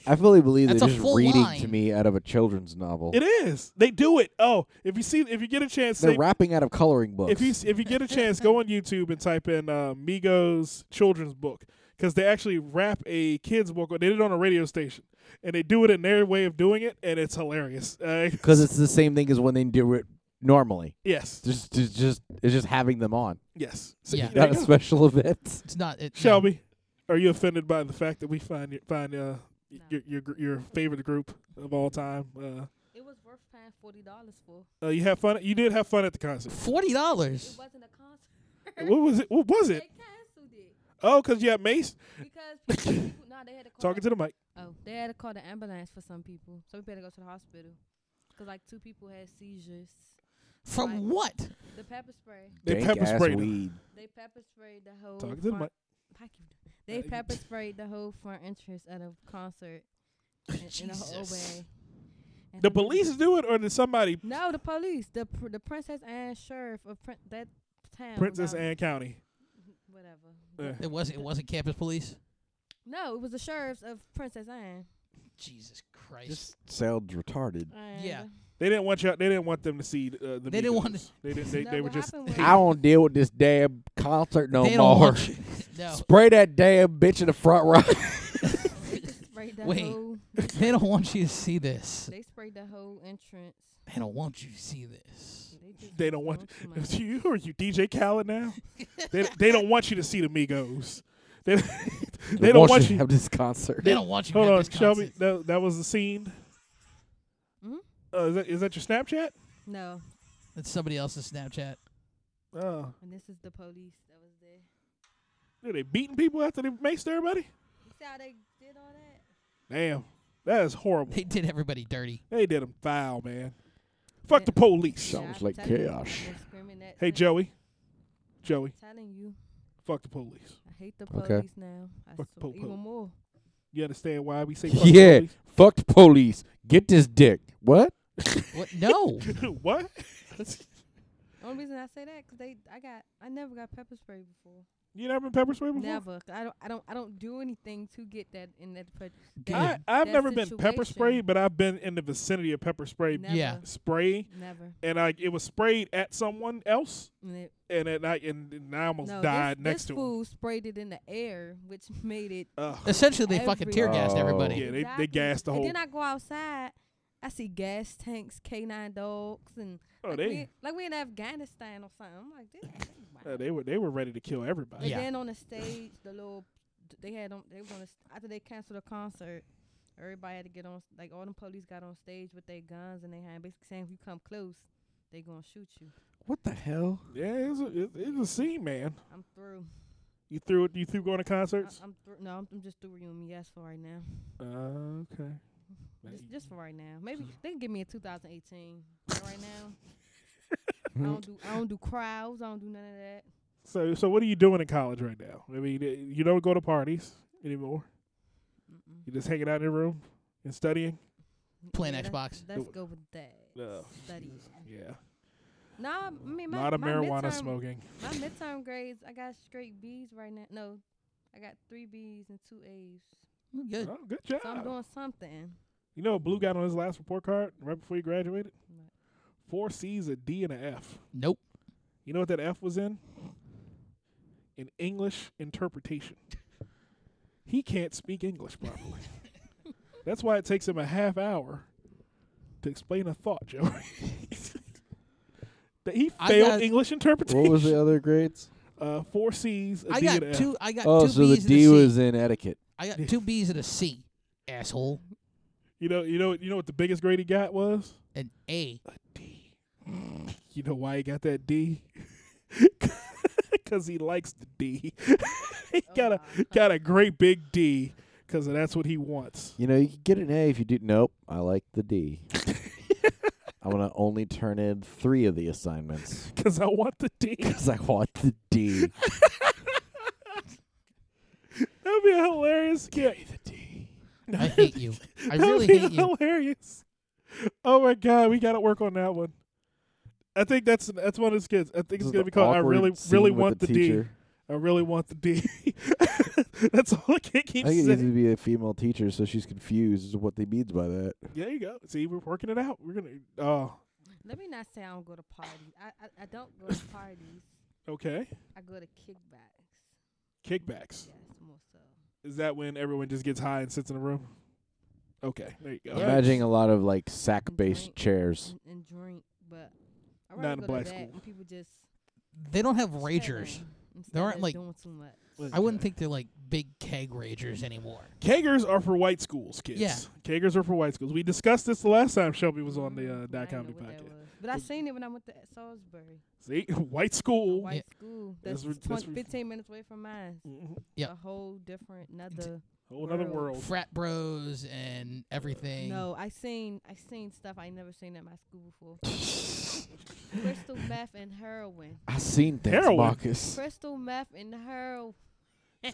Speaker 3: I fully believe
Speaker 4: That's
Speaker 3: they're
Speaker 4: a
Speaker 3: just
Speaker 4: full
Speaker 3: reading to
Speaker 4: line.
Speaker 3: me out of a children's novel.
Speaker 1: It is. They do it. Oh, if you see, if you get a chance,
Speaker 3: they're
Speaker 1: they-
Speaker 3: rapping out of coloring books.
Speaker 1: if you s- if you get a chance, go on YouTube and type in uh, Migos children's book because they actually rap a kids book. They did it on a radio station, and they do it in their way of doing it, and it's hilarious. Uh,
Speaker 3: because it's the same thing as when they do it normally.
Speaker 1: yes,
Speaker 3: Just, just, just it's just having them on,
Speaker 1: yes. So
Speaker 4: Yeah.
Speaker 1: there
Speaker 3: not
Speaker 1: you
Speaker 3: a
Speaker 1: go.
Speaker 3: special event.
Speaker 4: It's not. It, no.
Speaker 1: Shelby, are you offended by the fact that we find your, find uh, y-
Speaker 5: No.
Speaker 1: your, your gr- your favorite group of all time? Uh,
Speaker 5: It was worth paying forty dollars for.
Speaker 1: uh, you have fun. You did have fun at the concert.
Speaker 4: Forty
Speaker 5: It
Speaker 4: dollars.
Speaker 5: wasn't a concert.
Speaker 1: What was it? What was
Speaker 5: They
Speaker 1: it?
Speaker 5: canceled it
Speaker 1: Oh, because you had Mace
Speaker 5: because people, people- nah, they had to call.
Speaker 1: talking to the mic.
Speaker 5: oh, they had to call the ambulance for some people. Some people had to go to the hospital because like two people had seizures. Right.
Speaker 4: From what?
Speaker 5: The pepper spray.
Speaker 1: They
Speaker 3: Dank
Speaker 1: pepper
Speaker 3: ass
Speaker 1: sprayed 'em.
Speaker 3: weed.
Speaker 5: They pepper sprayed the whole.
Speaker 1: Talking to the
Speaker 5: front-
Speaker 1: mic.
Speaker 5: Fuck you. They
Speaker 1: Uh, you-
Speaker 5: pepper sprayed the whole front entrance at a concert in, in a whole
Speaker 4: Jesus.
Speaker 5: way. And
Speaker 1: The
Speaker 5: some people-
Speaker 1: police do it, or did somebody
Speaker 5: No, the police. The pr- the Princess Anne sheriff of prin- that town.
Speaker 1: Princess
Speaker 5: no,
Speaker 1: Anne County?
Speaker 5: Whatever.
Speaker 1: Yeah.
Speaker 5: But-
Speaker 4: It wasn't. It wasn't campus police.
Speaker 5: No, it was the sheriffs of Princess Anne.
Speaker 4: Jesus Christ.
Speaker 3: Just sounds retarded.
Speaker 5: And
Speaker 4: Yeah.
Speaker 1: They didn't want y'all. They didn't want them to see uh, the.
Speaker 4: They didn't want
Speaker 1: Migos. They didn't. They,
Speaker 5: No,
Speaker 1: they were
Speaker 5: what
Speaker 1: just.
Speaker 5: happened was-
Speaker 3: I don't deal with this damn concert no
Speaker 4: they
Speaker 3: more.
Speaker 4: don't want you. No,
Speaker 3: Spray that damn bitch in the front row.
Speaker 5: They sprayed the
Speaker 4: Wait.
Speaker 5: whole.
Speaker 4: they don't want you to see this.
Speaker 5: They sprayed the whole entrance.
Speaker 4: They don't want you to see this.
Speaker 5: They, just
Speaker 1: They don't want.
Speaker 5: too much.
Speaker 1: Is you are you DJ Khaled now? they they don't want you to see the Migos. They they don't want
Speaker 3: to
Speaker 1: you.
Speaker 3: have this concert.
Speaker 4: They don't want you.
Speaker 1: Hold
Speaker 4: at
Speaker 1: on,
Speaker 4: this
Speaker 1: Shelby.
Speaker 4: concert.
Speaker 1: That, that was the scene.
Speaker 5: Mhm.
Speaker 1: Uh, is, that, is that your Snapchat?
Speaker 5: No,
Speaker 4: That's somebody else's Snapchat.
Speaker 1: Oh,
Speaker 5: and this is the police that was there.
Speaker 1: are they beating people after they maced everybody?
Speaker 5: You see how they did all that?
Speaker 1: Damn, that is horrible.
Speaker 4: They did everybody dirty.
Speaker 1: They did them foul, man. Fuck the police.
Speaker 5: Yeah,
Speaker 3: Sounds
Speaker 5: I'm
Speaker 3: like
Speaker 5: telling you,
Speaker 3: chaos.
Speaker 5: I've been screaming that
Speaker 1: Hey
Speaker 5: since-
Speaker 1: Joey, Joey,
Speaker 5: Telling you,
Speaker 1: fuck the police.
Speaker 5: I hate the police
Speaker 3: Okay.
Speaker 5: now. I
Speaker 1: Fuck the
Speaker 5: swear,
Speaker 1: po- po-
Speaker 5: even more.
Speaker 1: You understand why we say fuck
Speaker 3: Yeah,
Speaker 1: the
Speaker 3: fuck the police. Get this dick. What?
Speaker 4: What? No.
Speaker 1: police? what?
Speaker 5: Only reason I say that 'cause they, I got, I never got pepper spray before.
Speaker 1: You never been pepper sprayed before?
Speaker 5: Never. 'Cause I don't, I don't, I don't do anything to get that in that. Pre-
Speaker 4: Good.
Speaker 1: I, I've
Speaker 5: That
Speaker 1: never been pepper
Speaker 5: situation.
Speaker 1: sprayed, but I've been in the vicinity of pepper spray
Speaker 5: never,
Speaker 4: Yeah.
Speaker 1: spray,
Speaker 5: Never.
Speaker 1: and I it was sprayed at someone else,
Speaker 5: And it-
Speaker 1: and then I and, and I almost
Speaker 5: no,
Speaker 1: died
Speaker 5: this,
Speaker 1: next
Speaker 5: this
Speaker 1: to him.
Speaker 5: fool sprayed it in the air, which made it.
Speaker 1: Ugh.
Speaker 4: Essentially, they fucking tear gassed
Speaker 3: Oh.
Speaker 4: everybody.
Speaker 1: Yeah, they-
Speaker 5: Exactly.
Speaker 1: gassed the whole-
Speaker 5: And then I go outside, I see gas tanks, canine dogs, and
Speaker 1: Oh,
Speaker 5: like,
Speaker 1: they
Speaker 5: we, like we in Afghanistan or something. I'm like, this. this wild.
Speaker 1: uh, they were they were ready to kill everybody.
Speaker 5: And
Speaker 4: Yeah.
Speaker 5: then on the stage, the little they had on they was on the, st- after they canceled the concert, everybody had to get on s- like all the police got on stage with their guns and they had basically saying if you come close, they gonna shoot you.
Speaker 3: What the hell?
Speaker 1: Yeah, it's a, it, it's a scene, man.
Speaker 5: I'm through.
Speaker 1: You threw it. You threw going to
Speaker 5: I,
Speaker 1: concerts.
Speaker 5: am through. No, I'm, I'm just through with you and yes for right now. Uh-uh.
Speaker 1: okay.
Speaker 5: Just, just for right now. Maybe they can give me a 2018. But right now, I don't do I don't do crowds. I don't do none of that.
Speaker 1: So so what are you doing in college right now? I mean, you- you don't go to parties anymore.
Speaker 5: Mm-mm.
Speaker 1: You just hanging out in your room and studying.
Speaker 4: Playing
Speaker 5: Yeah, let's-
Speaker 4: Xbox.
Speaker 5: Let's
Speaker 1: Nope.
Speaker 5: go with that.
Speaker 1: No.
Speaker 5: Study.
Speaker 1: Yeah,
Speaker 5: No, I mean
Speaker 1: a
Speaker 5: my,
Speaker 1: lot of
Speaker 5: my
Speaker 1: marijuana
Speaker 5: midterm-
Speaker 1: smoking.
Speaker 5: My midterm grades, I got straight B's right now. No, I got three B's and two A's.
Speaker 4: Good.
Speaker 1: Oh, good job.
Speaker 5: So I'm doing something.
Speaker 1: You know, what Blue got on his last report card right before he graduated.
Speaker 5: What?
Speaker 1: Four C's, a D, and a F.
Speaker 4: Nope.
Speaker 1: You know what that F was in? In English interpretation. He can't speak English properly. That's why it takes him a half hour to explain a thought, Joey. that he
Speaker 4: I
Speaker 1: failed
Speaker 4: got-
Speaker 1: English interpretation.
Speaker 3: What was the other grades?
Speaker 1: Uh, four C's, a
Speaker 4: I
Speaker 1: D,
Speaker 4: got
Speaker 1: and a F.
Speaker 4: two. I got
Speaker 3: Oh,
Speaker 4: two
Speaker 3: so the
Speaker 4: B's
Speaker 3: D
Speaker 4: and a C.
Speaker 3: was in etiquette.
Speaker 4: I got two B's and a C. Asshole.
Speaker 1: You know, you know, you know what the biggest grade he got was
Speaker 4: An A.
Speaker 1: a D. You know why he got that D? Because he likes the D. he got a got a great big D because that's what he wants.
Speaker 3: You know, you could get an A if you do. Nope, I like the D. I want to only turn in three of the assignments
Speaker 1: because I want the D.
Speaker 3: because I want the D.
Speaker 1: That'd be a hilarious skit.
Speaker 4: I hate you. I
Speaker 1: That'd
Speaker 4: really
Speaker 1: be
Speaker 4: hate you.
Speaker 1: hilarious. Oh my god, we got to work on that one. I think that's that's one of the skits. I think
Speaker 3: This
Speaker 1: it's
Speaker 3: is
Speaker 1: gonna
Speaker 3: the
Speaker 1: be called "I
Speaker 3: awkward
Speaker 1: really,
Speaker 3: scene
Speaker 1: really
Speaker 3: with
Speaker 1: want the,
Speaker 3: the
Speaker 1: D.
Speaker 3: teacher.
Speaker 1: I really want the D." that's all I can't keep
Speaker 3: I think it needs
Speaker 1: saying.
Speaker 3: to be a female teacher, so she's confused as to what they means by that.
Speaker 1: There you go. See, we're working it out. We're gonna. Oh,
Speaker 5: Let me not say I don't go to parties. I, I, I don't go to parties.
Speaker 1: okay.
Speaker 5: I go to kickbacks.
Speaker 1: Kickbacks.
Speaker 5: Yes, more so.
Speaker 1: Is that when everyone just gets high and sits in a room? Okay, there you go.
Speaker 5: Yeah.
Speaker 1: That-
Speaker 3: Imagining a lot of like sack based
Speaker 5: Drink.
Speaker 3: chairs.
Speaker 5: And, and drink, but I
Speaker 1: Not in
Speaker 5: rather go
Speaker 1: black
Speaker 5: to that
Speaker 1: school.
Speaker 5: when people just
Speaker 4: They don't have ragers.
Speaker 5: chilling instead
Speaker 4: There aren't,
Speaker 5: of
Speaker 4: like-
Speaker 5: doing too much.
Speaker 4: I wouldn't think they're like big keg ragers anymore.
Speaker 1: Kagers are for white schools, kids.
Speaker 4: Yeah.
Speaker 1: Kagers are for white schools. We discussed this the last time Shelby was on the uh,
Speaker 5: Mm, I
Speaker 1: Dot
Speaker 5: didn't know
Speaker 1: Comedy
Speaker 5: what that
Speaker 1: podcast.
Speaker 5: was. But I seen it when I went to Salisbury,
Speaker 1: See, white
Speaker 5: a
Speaker 1: school.
Speaker 5: white school.
Speaker 1: That's
Speaker 5: That's,
Speaker 1: where- that's
Speaker 5: 20
Speaker 1: where-
Speaker 5: 15 minutes away from mine.
Speaker 1: Mhm.
Speaker 4: Yep.
Speaker 5: A whole different, another.
Speaker 1: Whole other
Speaker 5: World.
Speaker 1: world.
Speaker 4: Frat bros and everything.
Speaker 5: No, I seen I seen stuff I never seen at my school before. Crystal meth and heroin.
Speaker 3: I seen things,
Speaker 1: Heroin.
Speaker 3: Marcus.
Speaker 5: Crystal meth and heroin.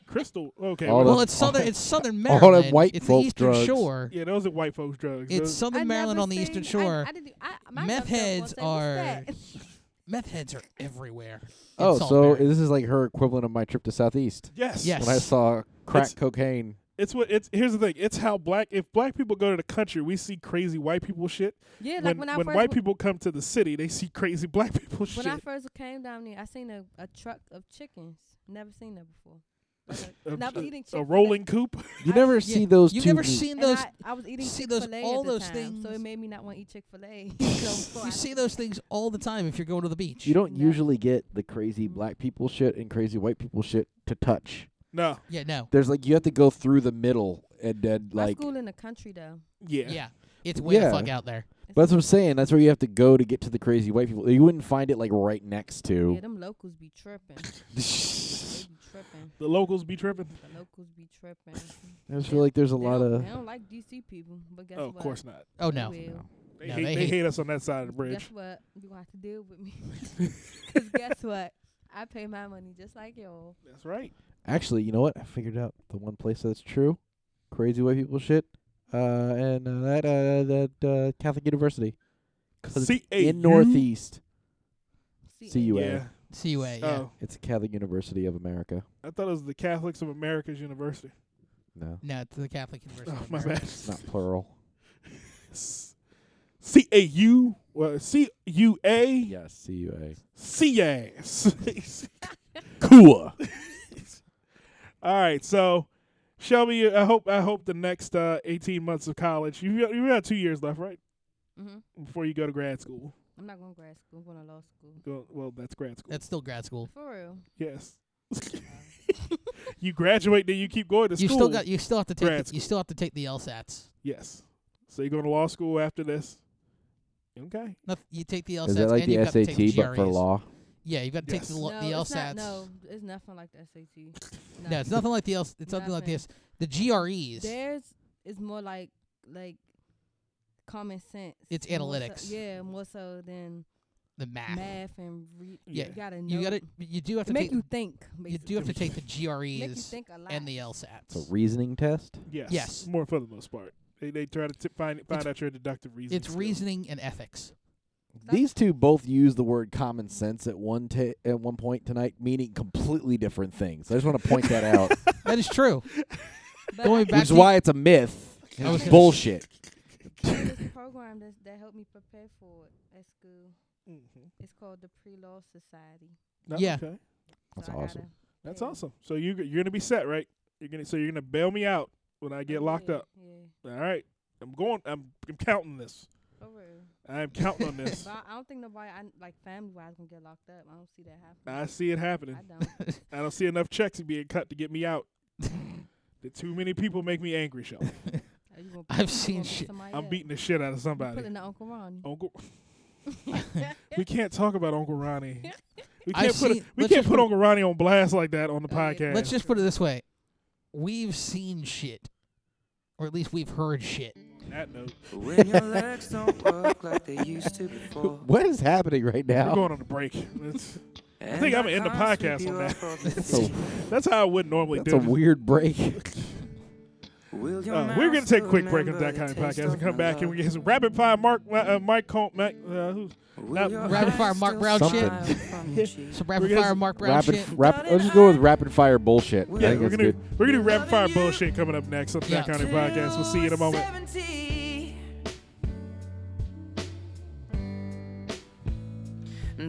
Speaker 1: Crystal. Okay.
Speaker 3: All
Speaker 1: well,
Speaker 4: Well, it's southern. It's southern
Speaker 3: all
Speaker 4: Maryland.
Speaker 3: that white
Speaker 4: it's
Speaker 3: folk
Speaker 4: the Eastern
Speaker 3: drugs.
Speaker 4: Shore.
Speaker 1: yeah, those are white folks' drugs.
Speaker 4: It's
Speaker 1: Those-
Speaker 4: southern
Speaker 5: I
Speaker 4: Maryland
Speaker 5: never
Speaker 4: on the Eastern
Speaker 5: seen- I-
Speaker 4: Shore.
Speaker 5: I didn't- e, I- my
Speaker 4: Meth
Speaker 5: dumb self gonna
Speaker 4: heads
Speaker 5: say, "What's that?"
Speaker 4: Meth heads are everywhere. in
Speaker 3: Oh,
Speaker 4: Salt
Speaker 3: so
Speaker 4: Mary.
Speaker 3: this is like her equivalent of my trip to Southeast.
Speaker 1: yes.
Speaker 4: Yes.
Speaker 3: When I saw crack
Speaker 1: It's-
Speaker 3: cocaine.
Speaker 1: It's what it's. Here's the thing. It's how black. If black people go to the country, we see crazy white people shit.
Speaker 5: Yeah, like
Speaker 1: when
Speaker 5: when,
Speaker 1: when,
Speaker 5: I first
Speaker 1: white
Speaker 5: wa-
Speaker 1: people come to the city, they see crazy black people shit.
Speaker 5: when I first came down here, I seen a, a truck of chickens. Never seen that before. Like a-
Speaker 1: a,
Speaker 5: and I was
Speaker 1: a-
Speaker 5: eating
Speaker 1: a
Speaker 5: Chick-fil-A.
Speaker 1: rolling coop.
Speaker 3: You
Speaker 5: I-
Speaker 3: never
Speaker 5: yeah,
Speaker 3: see those
Speaker 4: You've
Speaker 3: two.
Speaker 4: never
Speaker 3: meat-
Speaker 4: seen
Speaker 5: And
Speaker 4: those.
Speaker 5: I, I was eating
Speaker 4: see
Speaker 5: Chick
Speaker 4: those-
Speaker 5: Fil A
Speaker 4: all
Speaker 5: at the
Speaker 4: those
Speaker 5: time, so
Speaker 4: things-
Speaker 5: it made me not want to eat Chick Fil A.
Speaker 4: you see those things all the time if you're going to the beach.
Speaker 3: You don't
Speaker 5: No.
Speaker 3: usually get the crazy
Speaker 5: Mm-hmm.
Speaker 3: black people shit and crazy white people shit to touch.
Speaker 1: No.
Speaker 4: yeah. No.
Speaker 3: There's like you have to go through the middle and then
Speaker 5: My
Speaker 3: like
Speaker 5: school in the country though.
Speaker 1: Yeah.
Speaker 4: Yeah. It's way
Speaker 3: Yeah.
Speaker 4: the fuck out there.
Speaker 5: It's
Speaker 3: But that's what I'm
Speaker 5: not-
Speaker 3: saying. That's where you have to go to get to the crazy white people. You wouldn't find it like right next to.
Speaker 5: Yeah, them locals be tripping. they be tripping.
Speaker 1: The locals be tripping.
Speaker 5: The locals be tripping.
Speaker 3: I just feel like there's a
Speaker 5: They
Speaker 3: lot
Speaker 5: don't-
Speaker 3: of
Speaker 5: They don't like DC people, but guess
Speaker 1: oh,
Speaker 5: what?
Speaker 1: of course not.
Speaker 4: Oh
Speaker 5: They
Speaker 4: no.
Speaker 5: will.
Speaker 1: They,
Speaker 4: No,
Speaker 1: hate,
Speaker 4: they
Speaker 1: they
Speaker 4: hate-
Speaker 1: hate us on that side of the bridge.
Speaker 5: Guess what? You gonna have to deal with me. 'Cause guess what? I pay my money just like y'all.
Speaker 1: That's right.
Speaker 3: Actually, you know what? I figured out the one place that's true, crazy white people shit, uh, and uh, that uh, that uh, Catholic University 'Cause it's
Speaker 1: C A
Speaker 3: in Northeast.
Speaker 5: See,
Speaker 3: See you. UA.
Speaker 1: Yeah.
Speaker 4: CUA. Yeah.
Speaker 1: Oh,
Speaker 3: It's Catholic University of America.
Speaker 1: I thought it was the Catholics of America's University.
Speaker 3: No,
Speaker 4: No, it's the Catholic University.
Speaker 1: Oh,
Speaker 4: of
Speaker 1: my
Speaker 4: Maryland.
Speaker 1: bad.
Speaker 3: it's not plural.
Speaker 1: C A U C U A
Speaker 3: Yes, C U A.
Speaker 1: C A Cool. All right, so Shelby, I hope I hope the next uh, eighteen months of college. You you got two years left, right,
Speaker 5: hmm
Speaker 1: before you go to grad school.
Speaker 5: I'm not going to grad school. I'm going to law school.
Speaker 1: Go, well, that's grad school.
Speaker 4: That's still grad school.
Speaker 5: For real.
Speaker 1: yes. you graduate, then you keep going to
Speaker 4: you
Speaker 1: school.
Speaker 4: still got. You still have to
Speaker 1: Grad
Speaker 4: take. The,
Speaker 1: school.
Speaker 4: you still have to take the LSATs.
Speaker 1: yes. So you're going to law school after this. Okay.
Speaker 4: Noth- You take the LSATs.
Speaker 3: Is that like
Speaker 4: and you've
Speaker 3: the
Speaker 4: got to take the
Speaker 3: SAT but for
Speaker 4: GREs.
Speaker 3: law?
Speaker 4: Yeah, you've got to take the,
Speaker 1: Yes.
Speaker 4: lo-
Speaker 5: no,
Speaker 4: the
Speaker 5: it's
Speaker 4: LSATs.
Speaker 5: not, no, it's nothing like the SAT.
Speaker 4: No, it's nothing like the else. It's nothing like
Speaker 5: Nothing.
Speaker 4: this. The GREs.
Speaker 5: Theirs is more like like common sense.
Speaker 4: It's
Speaker 5: more so-
Speaker 4: analytics.
Speaker 5: yeah, more so than
Speaker 4: the math.
Speaker 5: math and re-
Speaker 1: Yeah.
Speaker 5: You gotta know.
Speaker 4: You got to. You do have to
Speaker 5: make
Speaker 4: take.
Speaker 5: you think.
Speaker 4: You do
Speaker 5: Basically.
Speaker 4: have to take the
Speaker 5: make you
Speaker 4: GREs
Speaker 5: think a lot.
Speaker 4: and the
Speaker 3: It's a
Speaker 4: LSATs.
Speaker 3: reasoning test.
Speaker 1: Yes.
Speaker 4: Yes.
Speaker 1: More for the most part. They they try to t- find find
Speaker 4: It's-
Speaker 1: out your deductive reasoning.
Speaker 4: It's
Speaker 1: skills.
Speaker 4: reasoning and ethics.
Speaker 5: That-
Speaker 3: These two both use the word common sense at one ta- at one point tonight, meaning completely different things. I just want to point that out,
Speaker 4: That is true.
Speaker 5: But
Speaker 4: going
Speaker 5: I
Speaker 4: back
Speaker 5: think
Speaker 3: which is
Speaker 4: to-
Speaker 3: why it's a myth.
Speaker 5: I
Speaker 3: It's
Speaker 5: was-
Speaker 3: bullshit.
Speaker 5: this program that that helped me prepare for it at school.
Speaker 1: Mhm.
Speaker 5: It's called the Pre Law Society.
Speaker 1: No,
Speaker 4: Yeah.
Speaker 1: okay.
Speaker 5: So
Speaker 3: That's
Speaker 5: I
Speaker 3: awesome.
Speaker 5: gotta
Speaker 1: That's
Speaker 5: Yeah.
Speaker 1: awesome. So you you're gonna be set, right? You're gonna so you're gonna bail me out when I get
Speaker 5: oh,
Speaker 1: locked
Speaker 5: yeah,
Speaker 1: up.
Speaker 5: Yeah,
Speaker 1: All right. I'm going. I'm I'm counting this.
Speaker 5: for real.
Speaker 1: I'm counting on this.
Speaker 5: But I- I don't think nobody, I, like family wise, gonna get locked up. I don't see that happening.
Speaker 1: I see it happening.
Speaker 5: I don't.
Speaker 1: I don't see enough checks being cut to get me out. The too many people make me angry, Shelby.
Speaker 5: Are you gonna
Speaker 4: I've
Speaker 5: beat- you
Speaker 4: seen
Speaker 5: gonna beat
Speaker 4: shit.
Speaker 5: somebody
Speaker 1: I'm
Speaker 5: up?
Speaker 1: beating the shit out of
Speaker 5: You
Speaker 1: somebody.
Speaker 5: Pulling the Uncle Ron.
Speaker 1: Uncle, we can't talk about Uncle Ronnie. We
Speaker 4: I've
Speaker 1: can't put we
Speaker 4: seen- let's
Speaker 1: can't
Speaker 4: just
Speaker 1: put
Speaker 4: put-
Speaker 1: Uncle Ronnie on blast like that on the
Speaker 5: Oh, yeah.
Speaker 1: podcast.
Speaker 4: Let's just put it this way: we've seen shit, or at least we've heard shit.
Speaker 1: that note.
Speaker 8: When your legs don't work like they used to before.
Speaker 3: What is happening right
Speaker 1: We're
Speaker 3: now?
Speaker 1: going on a break. It's-
Speaker 8: I
Speaker 1: think I'ma end the podcast on that.
Speaker 3: That's a,
Speaker 1: that's how I would normally
Speaker 3: that's
Speaker 1: do
Speaker 3: a
Speaker 1: it.
Speaker 3: weird break.
Speaker 1: Uh, we're going to take a quick break of that kind of podcast and come back and we get some rapid fire Mark, uh, Mike Colt, Mac, uh, who's, not-
Speaker 4: Rapid fire Mark Brown shit.
Speaker 3: Something.
Speaker 4: Some
Speaker 1: We're
Speaker 4: rapid
Speaker 1: gonna-
Speaker 4: fire Mark Brown
Speaker 3: Rapid,
Speaker 4: shit.
Speaker 3: rap, let's just go with rapid fire bullshit. I
Speaker 1: yeah, we're
Speaker 3: think that's
Speaker 1: going to
Speaker 3: good.
Speaker 1: we're gonna do rapid fire bullshit coming up next on
Speaker 4: Yeah.
Speaker 1: that kind of podcast. We'll see you in a moment.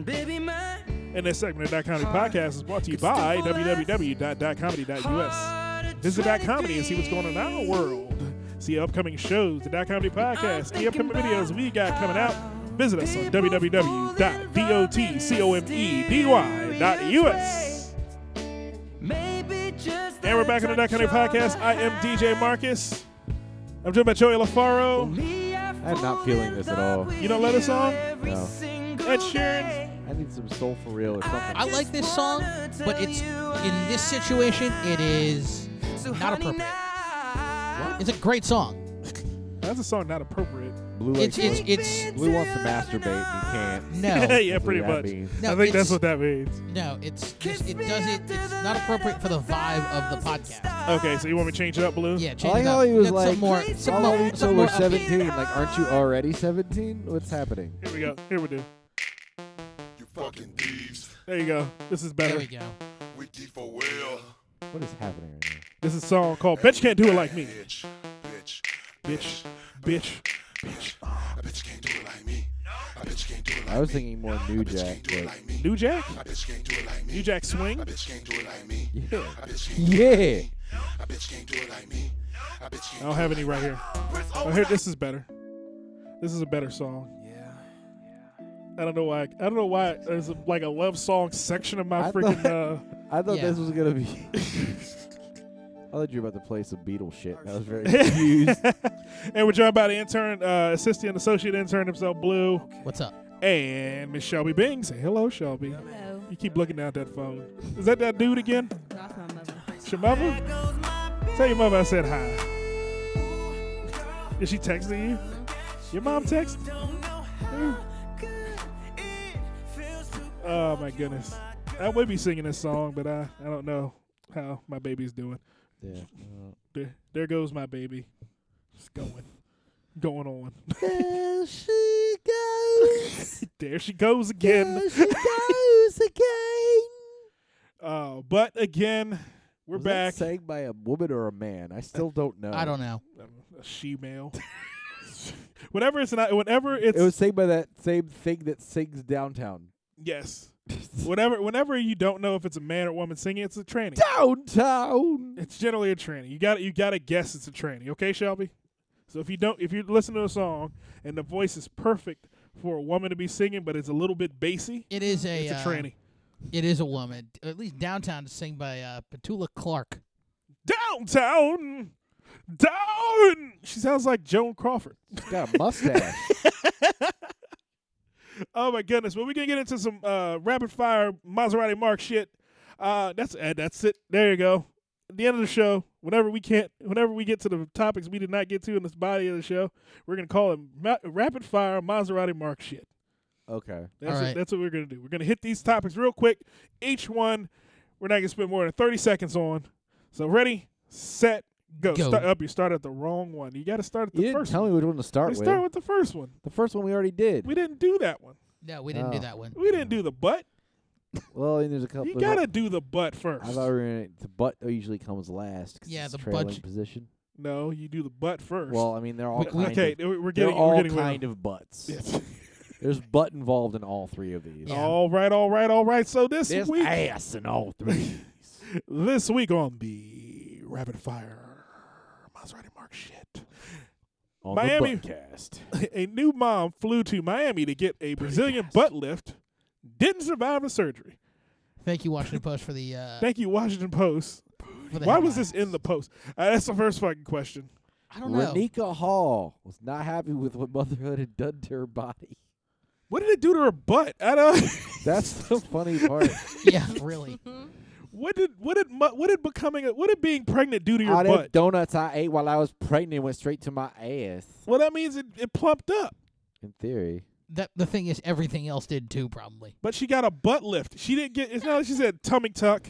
Speaker 8: Baby, my
Speaker 1: And this segment of Dot Comedy Podcast is brought to you by www.dotcomedy.us. Visit Dot Comedy and see what's going on in our world. See upcoming shows, the Dot Comedy Podcast, the upcoming videos we got coming out. Visit us on E www.dotcomedy.us.
Speaker 8: maybe just
Speaker 1: And we're back on the Dot Comedy Podcast. I am DJ Marcus. I'm joined by Joey LaFaro.
Speaker 3: I'm not feeling this at all.
Speaker 1: You don't let us on?
Speaker 3: No.
Speaker 1: Ed Sheeran.
Speaker 3: I need some soul for real or something.
Speaker 4: I like this song, but it's in this situation, it is not appropriate. It's a great song.
Speaker 1: That's a song not appropriate.
Speaker 3: Blue,
Speaker 4: It's
Speaker 3: likes
Speaker 4: it's
Speaker 3: to-
Speaker 4: it's
Speaker 3: Blue wants to masturbate and he can't.
Speaker 4: no
Speaker 1: yeah, pretty
Speaker 3: That
Speaker 1: much.
Speaker 3: means-
Speaker 4: No,
Speaker 1: I think
Speaker 4: it's-
Speaker 1: that's what that means.
Speaker 4: no. It's just, it does it. It's not appropriate for the vibe of the podcast.
Speaker 1: Okay, so you want me to change it up, Blue?
Speaker 4: Yeah,
Speaker 3: I
Speaker 4: change
Speaker 3: like
Speaker 4: it up.
Speaker 3: how he was
Speaker 4: Get
Speaker 3: like,
Speaker 4: some more, some
Speaker 3: I'll
Speaker 4: more,
Speaker 3: wait till
Speaker 4: some
Speaker 3: we're
Speaker 4: more upbeat.
Speaker 3: 17. Like, aren't you already 17? What's happening?
Speaker 1: Here we go. Here we do. There you go. This is
Speaker 4: There
Speaker 1: better.
Speaker 4: we go.
Speaker 3: What is happening right
Speaker 1: This is a song called Bitch Can't Do It Like Me. Bitch. Bitch. Bitch.
Speaker 3: now? I was thinking more New Jack. But
Speaker 1: New Jack? New Jack Swing? I
Speaker 3: yeah.
Speaker 1: don't have any right here. Oh, here, this is better. This is a better song. I don't know why. I don't know why there's a, like a love song section of my
Speaker 3: I
Speaker 1: freaking. Uh,
Speaker 3: thought- I thought
Speaker 4: Yeah.
Speaker 3: this was gonna be. I thought you were about to play some Beatles shit. and I was very confused.
Speaker 1: uh, and we're joined by the intern, uh, assistant, associate intern himself, Blue,
Speaker 4: What's up?
Speaker 1: and Miss Shelby Bing. Say hello, Shelby.
Speaker 5: Hello.
Speaker 1: You keep looking down at that phone. Is that that dude again?
Speaker 5: That's my mother.
Speaker 1: It's your mother? Tell your mother I said hi. Is she texting you? Your mom text? Oh my goodness. I would be singing this song, but I, I don't know how my baby's doing.
Speaker 3: yeah.
Speaker 1: There, there goes my baby. It's going. Going on.
Speaker 3: There she goes.
Speaker 1: There she goes again.
Speaker 3: she goes again.
Speaker 1: Uh, but again, we're
Speaker 3: was
Speaker 1: back.
Speaker 3: That sang by a woman or a man? I still don't know.
Speaker 4: I don't know.
Speaker 1: a she male. whenever it's not, whenever it's
Speaker 3: It was sang by that same thing that sings downtown.
Speaker 1: yes. Whenever, whenever you don't know if it's a man or woman singing, it's a tranny.
Speaker 3: downtown.
Speaker 1: It's generally a tranny. You got to you got to guess it's a tranny. Okay, Shelby. So if you don't, if you listen to a song and the voice is perfect for a woman to be singing, but it's a little bit bassy,
Speaker 4: It is a.
Speaker 1: it's a
Speaker 4: uh,
Speaker 1: tranny.
Speaker 4: It is a woman. At least downtown is sing by uh, Petula Clark.
Speaker 1: Downtown, down. She sounds like Joan Crawford.
Speaker 3: She's got a mustache.
Speaker 1: Oh my goodness. Well, we're gonna get into some uh, rapid fire Maserati Mark shit. Uh, that's uh, that's it. There you go. At the end of the show, whenever we can't, whenever we get to the topics we did not get to in this body of the show, we're gonna call it ma- rapid fire Maserati Mark shit.
Speaker 3: okay.
Speaker 1: That's
Speaker 4: All
Speaker 1: it.
Speaker 4: right.
Speaker 1: that's what we're gonna do. We're gonna hit these topics real quick. Each one, we're not gonna spend more than thirty seconds on. So ready, set, go.
Speaker 4: Go.
Speaker 1: Start up. You start at the wrong one. You got to start at
Speaker 3: You
Speaker 1: the
Speaker 3: didn't
Speaker 1: first.
Speaker 3: tell
Speaker 1: one.
Speaker 3: me which one to start
Speaker 1: we
Speaker 3: with.
Speaker 1: start with the first one.
Speaker 3: the first one we already did.
Speaker 1: We didn't do that one.
Speaker 4: No, we didn't do
Speaker 3: Oh.
Speaker 4: that one.
Speaker 1: We didn't do the butt.
Speaker 3: well, and there's a couple.
Speaker 1: You
Speaker 3: there's a-
Speaker 1: gotta do the butt first.
Speaker 3: I thought we were gonna, the butt usually comes last. 'cause
Speaker 4: Yeah,
Speaker 3: it's
Speaker 4: the butt
Speaker 3: trailing
Speaker 4: sh-
Speaker 3: position.
Speaker 1: No, you do the butt first.
Speaker 3: Well, I mean they're all
Speaker 4: We-
Speaker 3: kind
Speaker 1: okay,
Speaker 3: of,
Speaker 1: we're- we're
Speaker 3: they're
Speaker 1: getting
Speaker 3: all
Speaker 1: we're getting away
Speaker 3: kind
Speaker 1: with-
Speaker 3: of butts.
Speaker 1: Yes.
Speaker 3: There's butt involved in all three of these.
Speaker 4: Yeah.
Speaker 1: All right, all right, all right. So this
Speaker 3: There's
Speaker 1: week,
Speaker 3: ass in all three.
Speaker 1: this week on the rapid fire Maserati Mark shit,
Speaker 3: on
Speaker 1: Miami-
Speaker 3: the buttcast.
Speaker 1: a new mom flew to Miami to get a Brazilian butt lift, didn't survive a surgery.
Speaker 4: Thank you, Washington Post, for the. Uh,
Speaker 1: Thank you, Washington Post.
Speaker 4: for the
Speaker 1: Why was
Speaker 4: headline.
Speaker 1: this in the post? Uh, that's the first fucking question.
Speaker 4: I don't know.
Speaker 3: Renika Hall was not happy with what motherhood had done to her body.
Speaker 1: What did it do to her butt? I don't.
Speaker 3: That's the funny part.
Speaker 4: yeah, really.
Speaker 1: What what did what did mu- what did becoming a, what did being pregnant do to your
Speaker 3: All them
Speaker 1: butt?
Speaker 3: donuts I ate while I was pregnant went straight to my ass.
Speaker 1: Well, that means it, it plumped up.
Speaker 3: In theory,
Speaker 4: That the thing is, everything else did too, probably.
Speaker 1: But she got a butt lift. She didn't get. It's not. like She said tummy tuck,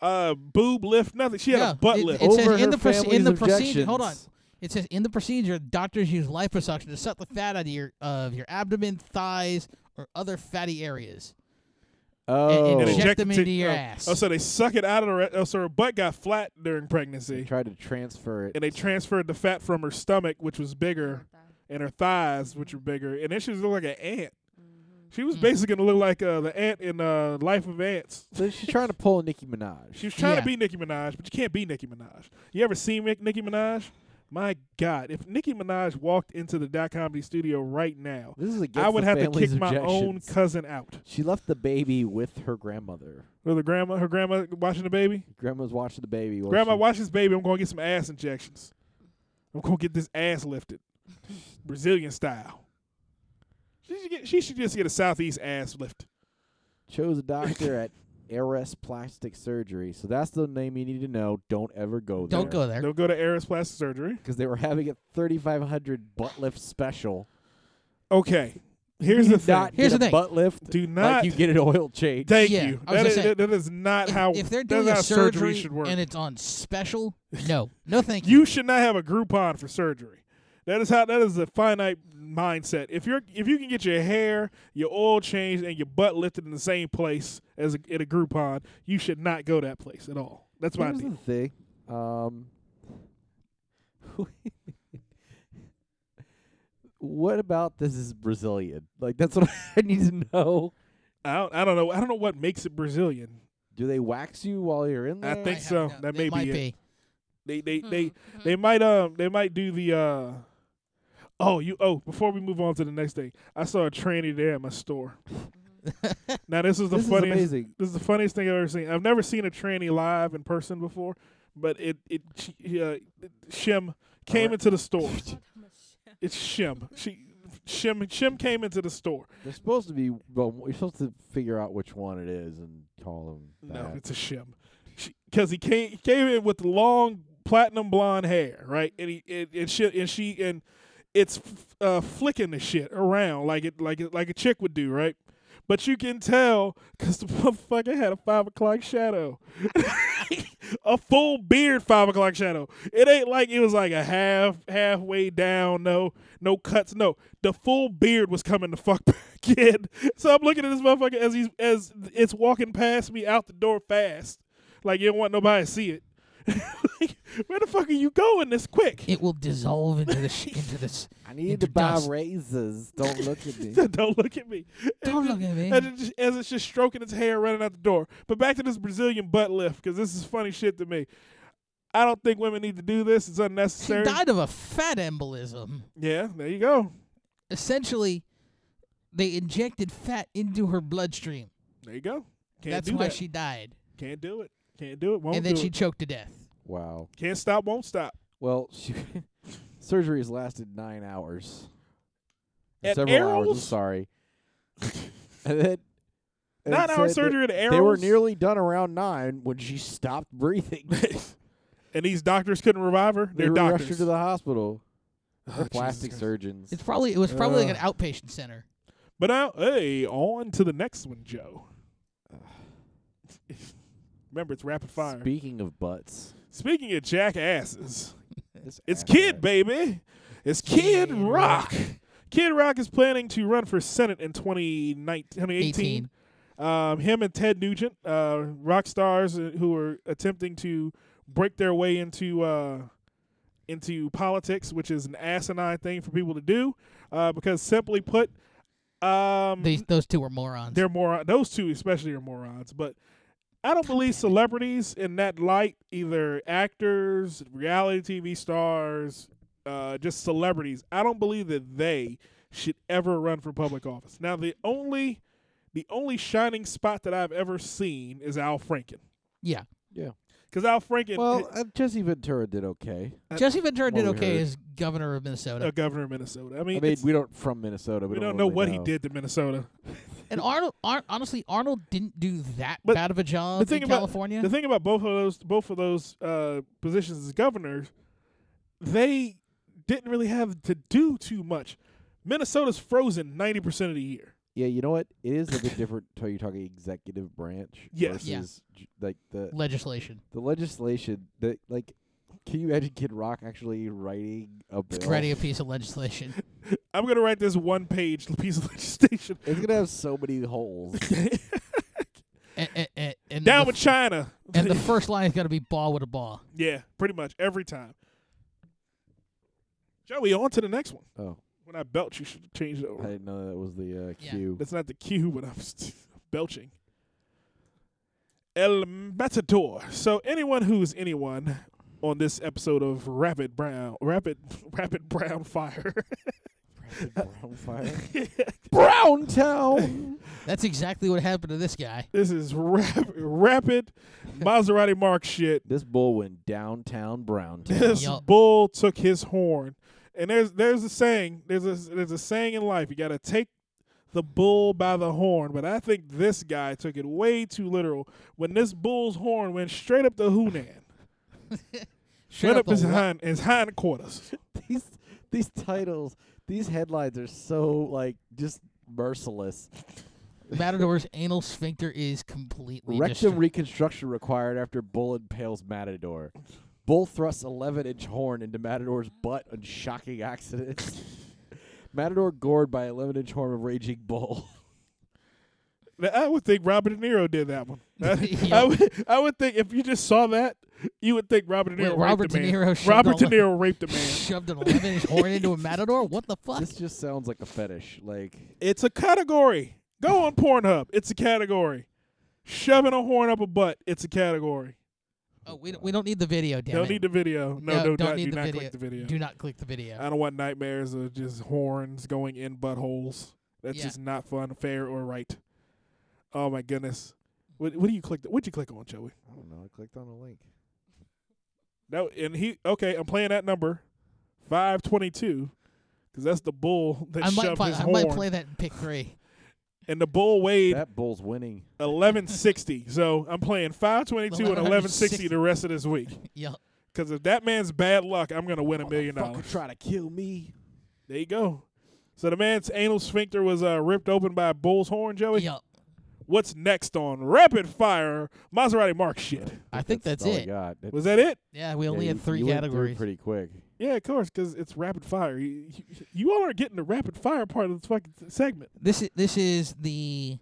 Speaker 1: uh, boob lift, nothing. She had
Speaker 4: Yeah,
Speaker 1: a butt
Speaker 4: it-
Speaker 1: lift.
Speaker 4: it says
Speaker 3: Over
Speaker 4: in
Speaker 3: her
Speaker 4: the proce- in
Speaker 3: family's
Speaker 4: the procedure- hold on.
Speaker 3: objections.
Speaker 4: It says in the procedure, doctors use liposuction to suck the fat out of your of your abdomen, thighs, or other fatty areas.
Speaker 3: Oh,
Speaker 4: inject-
Speaker 1: injected
Speaker 4: them
Speaker 1: to-
Speaker 4: into your
Speaker 1: oh,
Speaker 4: ass.
Speaker 1: Oh, so they suck it out of her. Oh, so her butt got flat during pregnancy,
Speaker 3: tried to transfer it.
Speaker 1: and they transferred the fat from her stomach, which was bigger, and her thighs, which were bigger, and then she was looking like an ant. She
Speaker 4: Mm.
Speaker 1: was basically gonna look like uh, the ant in uh, Life of Ants.
Speaker 3: so she's trying to pull Nicki Minaj.
Speaker 1: She was trying
Speaker 4: Yeah.
Speaker 1: to be Nicki Minaj, but you can't be Nicki Minaj. You ever seen Nick, Nicki Minaj? My God, if Nicki Minaj walked into the dot comedy studio right now,
Speaker 3: this is against
Speaker 1: I would
Speaker 3: the
Speaker 1: have to
Speaker 3: family's
Speaker 1: kick my own
Speaker 3: objections.
Speaker 1: cousin out.
Speaker 3: She left the baby with her grandmother.
Speaker 1: With her grandma, her grandma watching the baby.
Speaker 3: Grandma's watching the baby. while
Speaker 1: grandma,
Speaker 3: she-
Speaker 1: watch this baby. I'm gonna get some ass injections. I'm gonna get this ass lifted, Brazilian style. She should, get, she should just get a southeast ass lift.
Speaker 3: chose a doctor at Eris Plastic Surgery. So that's the name you need to know. Don't ever go there.
Speaker 4: Don't go there.
Speaker 1: Don't go to Aris Plastic Surgery.
Speaker 3: Because they were having a 3,500 butt lift special.
Speaker 1: Okay, here's
Speaker 3: You
Speaker 1: the
Speaker 3: did
Speaker 1: thing.
Speaker 3: Not
Speaker 4: Here's
Speaker 3: get
Speaker 4: the
Speaker 3: a
Speaker 4: thing.
Speaker 3: butt lift.
Speaker 1: Do
Speaker 3: like
Speaker 1: not-
Speaker 3: you get an oil change.
Speaker 1: Thank
Speaker 4: Yeah,
Speaker 1: you.
Speaker 4: I was
Speaker 1: That
Speaker 4: gonna
Speaker 1: is,
Speaker 4: say,
Speaker 1: that is not
Speaker 4: If,
Speaker 1: how
Speaker 4: if
Speaker 1: that
Speaker 4: they're
Speaker 1: is
Speaker 4: doing
Speaker 1: not
Speaker 4: a
Speaker 1: how
Speaker 4: surgery
Speaker 1: should work.
Speaker 4: and it's on special, no, no, thank you.
Speaker 1: you should not have a Groupon for surgery. That is how that is a finite mindset. If you're if you can get your hair, your oil changed, and your butt lifted in the same place as a, in a Groupon, you should not go that place at all. That's my
Speaker 3: Here's
Speaker 1: deal.
Speaker 3: the thing. Um, what about this is Brazilian? Like, that's what I need to know.
Speaker 1: I don't, I don't know. I don't know what makes it Brazilian.
Speaker 3: Do they wax you while you're in
Speaker 1: I
Speaker 3: there?
Speaker 1: think
Speaker 4: have
Speaker 1: so.
Speaker 4: no-
Speaker 1: That
Speaker 4: it
Speaker 1: may be
Speaker 4: might
Speaker 1: it.
Speaker 4: be.
Speaker 1: They they they
Speaker 4: Mm-hmm.
Speaker 1: they might um they might do the uh oh you oh before we move on to the next thing I saw a tranny there at my store. now this is the
Speaker 3: This is
Speaker 1: funniest
Speaker 3: amazing.
Speaker 1: this is the funniest thing I've ever seen. I've never seen a tranny live in person before, but it it she, uh, Shim came
Speaker 3: Alright.
Speaker 1: into the store. it's Shim. She Shim Shim came into the store.
Speaker 3: They're supposed to be. Well, you're supposed to figure out which one it is and call them.
Speaker 1: No,
Speaker 3: that.
Speaker 1: it's a shim. Because he came, he came in with long platinum blonde hair, right? And he and, and she and she and it's f- uh, flicking the shit around like it like it like a chick would do, right? But you can tell because the motherfucker had a five o'clock shadow, a full beard five o'clock shadow. It ain't like it was like a half halfway down, no no cuts, no. The full beard was coming the fuck back in. So I'm looking at this motherfucker as he's as it's walking past me out the door fast, like you don't want nobody to see it. like, where the fuck are you going this quick?
Speaker 4: It will dissolve into the sh- into this.
Speaker 3: I need
Speaker 4: into
Speaker 3: to buy
Speaker 4: dust.
Speaker 3: razors. Don't look at me.
Speaker 1: Don't look at me.
Speaker 4: Don't look at me.
Speaker 1: As, it just, as it's just stroking its hair running out the door. But back to this Brazilian butt lift, because this is funny shit to me. I don't think women need to do this. It's
Speaker 4: She
Speaker 1: unnecessary.
Speaker 4: died of a fat embolism.
Speaker 1: Yeah, there you go.
Speaker 4: Essentially, they injected fat into her bloodstream.
Speaker 1: There you go. Can't
Speaker 4: That's
Speaker 1: do
Speaker 4: why
Speaker 1: that.
Speaker 4: she died,
Speaker 1: Can't do it. Can't do it. Won't
Speaker 4: and then
Speaker 1: do
Speaker 4: she
Speaker 1: it.
Speaker 4: choked to death.
Speaker 3: Wow.
Speaker 1: Can't stop. Won't stop.
Speaker 3: Well, she, surgery has lasted nine hours.
Speaker 1: At
Speaker 3: Several hours. I'm
Speaker 1: Errol's?
Speaker 3: sorry. and then. and it
Speaker 1: Nine hour
Speaker 3: said that
Speaker 1: surgery at
Speaker 3: They were
Speaker 1: Errol's?
Speaker 3: nearly done around nine when she stopped breathing.
Speaker 1: And these doctors couldn't revive her.
Speaker 3: they
Speaker 1: They're
Speaker 3: were
Speaker 1: doctors. Oh,
Speaker 3: rushed her to the hospital. They're
Speaker 1: Jesus
Speaker 3: plastic
Speaker 1: Christ.
Speaker 3: surgeons.
Speaker 4: It's probably it was probably like
Speaker 1: Ugh.
Speaker 4: an outpatient center.
Speaker 1: but now, hey, on to the next one, Joe. Remember, it's rapid fire.
Speaker 3: Speaking of butts,
Speaker 1: Speaking of jackasses.
Speaker 3: this
Speaker 1: It's
Speaker 3: ass
Speaker 1: Kid,
Speaker 3: ass.
Speaker 1: baby. It's Kid
Speaker 4: Kid
Speaker 1: Rock. Kid Rock is planning to run for Senate in 2019 2018.
Speaker 4: Eighteen.
Speaker 1: Um, him and Ted Nugent, uh, rock stars uh, who are attempting to break their way into uh, into politics, which is an asinine thing for people to do, uh, because simply put, um,
Speaker 4: These those two were morons.
Speaker 1: they're moron. Those two especially are morons. But I don't believe celebrities in that light, either actors, reality TV stars, uh, just celebrities. I don't believe that they should ever run for public office. Now, the only the only shining spot that I've ever seen is Al Franken,
Speaker 4: yeah,
Speaker 1: because Al Franken,
Speaker 3: Well, uh, Jesse Ventura did okay.
Speaker 4: Jesse Ventura did
Speaker 3: what we
Speaker 4: okay
Speaker 3: heard.
Speaker 4: as governor of Minnesota.
Speaker 1: a governor of Minnesota. I mean,
Speaker 3: I mean,
Speaker 1: it's-
Speaker 3: we don't from Minnesota. We,
Speaker 1: we don't know
Speaker 3: really
Speaker 1: what he did to Minnesota.
Speaker 4: And Arnold, Ar- honestly, Arnold didn't do that
Speaker 1: But
Speaker 4: bad of a job
Speaker 1: the thing
Speaker 4: in
Speaker 1: about-
Speaker 4: California.
Speaker 1: The thing about both of those both of those uh, positions as governors, they didn't really have to do too much. Minnesota's frozen ninety percent of the year.
Speaker 3: Yeah, you know what? It is a bit different. So you're talking executive branch
Speaker 1: Yes.
Speaker 4: Yeah.
Speaker 3: versus j- like the
Speaker 4: Legislation,
Speaker 3: the legislation. That like, can you imagine Kid Rock actually writing a bill?
Speaker 4: ready a piece of legislation.
Speaker 1: I'm gonna write this one page piece of legislation.
Speaker 3: It's gonna have so many holes.
Speaker 4: and, and, and, and
Speaker 1: Down
Speaker 4: the,
Speaker 1: with China.
Speaker 4: and the first line is going to be ball with a ball.
Speaker 1: yeah, pretty much every time. Joey, on to the next one.
Speaker 3: oh,
Speaker 1: When I belch, you should change it
Speaker 3: I
Speaker 1: over.
Speaker 3: didn't know that was the uh,
Speaker 4: Yeah.
Speaker 3: cue.
Speaker 1: That's not the cue when I'm belching. El Matador. So anyone who's anyone on this episode of Rapid Brown, Rapid, Rapid Brown Fire.
Speaker 3: Brown fire. Brown town.
Speaker 4: That's exactly what happened to this guy.
Speaker 1: this is rap, rapid Maserati Mark shit.
Speaker 3: this bull went downtown Brown town.
Speaker 1: This
Speaker 4: Yup.
Speaker 1: bull took his horn. And there's there's a saying there's a there's a saying in life you gotta take the bull by the horn, but I think this guy took it way too literal when this bull's horn went straight up the Hunan.
Speaker 4: Straight
Speaker 1: Straight up
Speaker 4: the
Speaker 1: his
Speaker 4: li-
Speaker 1: hind his hindquarters.
Speaker 3: these these titles, these headlines are so like just merciless.
Speaker 4: Matador's anal sphincter is completely
Speaker 3: Rectum
Speaker 4: destroyed.
Speaker 3: reconstruction required after bull impales matador. Bull thrusts 11 inch horn into matador's butt on shocking accident. matador gored by 11 inch horn of raging bull.
Speaker 1: Now, I would think Robert De Niro did that one. I,
Speaker 4: Yeah.
Speaker 1: I would, I would think if you just saw that, you would think Robert De
Speaker 4: Wait,
Speaker 1: Niro.
Speaker 4: Robert
Speaker 1: raped a
Speaker 4: De
Speaker 1: man.
Speaker 4: Niro shoved
Speaker 1: Robert De
Speaker 4: all-
Speaker 1: Niro raped a man.
Speaker 4: shoved an 11 inch horn into a matador. What the fuck?
Speaker 3: this just sounds like a fetish. Like
Speaker 1: It's a category. Go on Pornhub. It's a category. Shoving a horn up a butt. It's a category.
Speaker 4: oh, we, don't- we don't need the video, damn
Speaker 1: don't
Speaker 4: it.
Speaker 1: need the video. No,
Speaker 4: No,
Speaker 1: do
Speaker 4: don't
Speaker 1: not,
Speaker 4: need
Speaker 1: do
Speaker 4: the
Speaker 1: not
Speaker 4: video.
Speaker 1: click the video. Uh,
Speaker 4: Do not click the video.
Speaker 1: I don't want nightmares of just horns going in buttholes. That's
Speaker 4: Yeah.
Speaker 1: just not fun, fair, or right. Oh my goodness. What what do you click? What'd you click on, Joey?
Speaker 3: I don't know. I clicked on a link.
Speaker 1: No, and he okay. I'm playing that number, five twenty two, because that's the bull that
Speaker 4: I might,
Speaker 1: shoved
Speaker 4: play,
Speaker 1: his
Speaker 4: I
Speaker 1: horn,
Speaker 4: might play that in pick three.
Speaker 1: and the bull weighed
Speaker 3: That bull's winning.
Speaker 1: eleven sixty. So I'm playing five twenty two and eleven sixty
Speaker 4: 1160.
Speaker 1: the rest of this week.
Speaker 4: Yo,
Speaker 1: Because if that man's bad luck, I'm gonna win a million
Speaker 3: Motherfucker
Speaker 1: dollars.
Speaker 3: Try to kill me.
Speaker 1: There you go. So the man's anal sphincter was uh, ripped open by a bull's horn, Joey.
Speaker 4: yo.
Speaker 1: What's next on rapid fire Maserati Mark shit?
Speaker 4: I think that's,
Speaker 3: all I
Speaker 4: it.
Speaker 3: got. That-
Speaker 1: Was that it?
Speaker 4: Yeah, we
Speaker 3: yeah,
Speaker 4: only
Speaker 3: you-
Speaker 4: had three
Speaker 3: you went through
Speaker 4: categories.
Speaker 3: Pretty quick.
Speaker 1: Yeah, of course, because it's rapid fire. You, you, you all are getting the rapid fire part of this fucking segment.
Speaker 4: This is this is the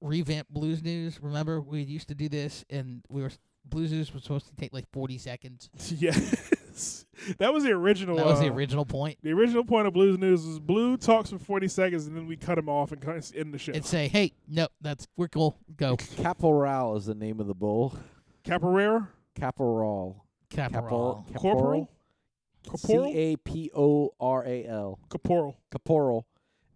Speaker 4: revamp blues news. Remember, we used to do this, and we were blues news was supposed to take like forty seconds.
Speaker 1: Yes, that was the original.
Speaker 4: That was the
Speaker 1: uh,
Speaker 4: original point.
Speaker 1: The original point of Blues News was Blue talks for 40 seconds and then we cut him off and kind of end the show.
Speaker 4: And say, hey, no, that's we're cool. Go,
Speaker 3: Caporal is the name of the bull.
Speaker 1: Capoeira,
Speaker 3: Caporal.
Speaker 4: Caporal.
Speaker 1: Corporal,
Speaker 3: C
Speaker 1: Corporal,
Speaker 3: A P O R A L.
Speaker 1: Caporal.
Speaker 3: Caporal,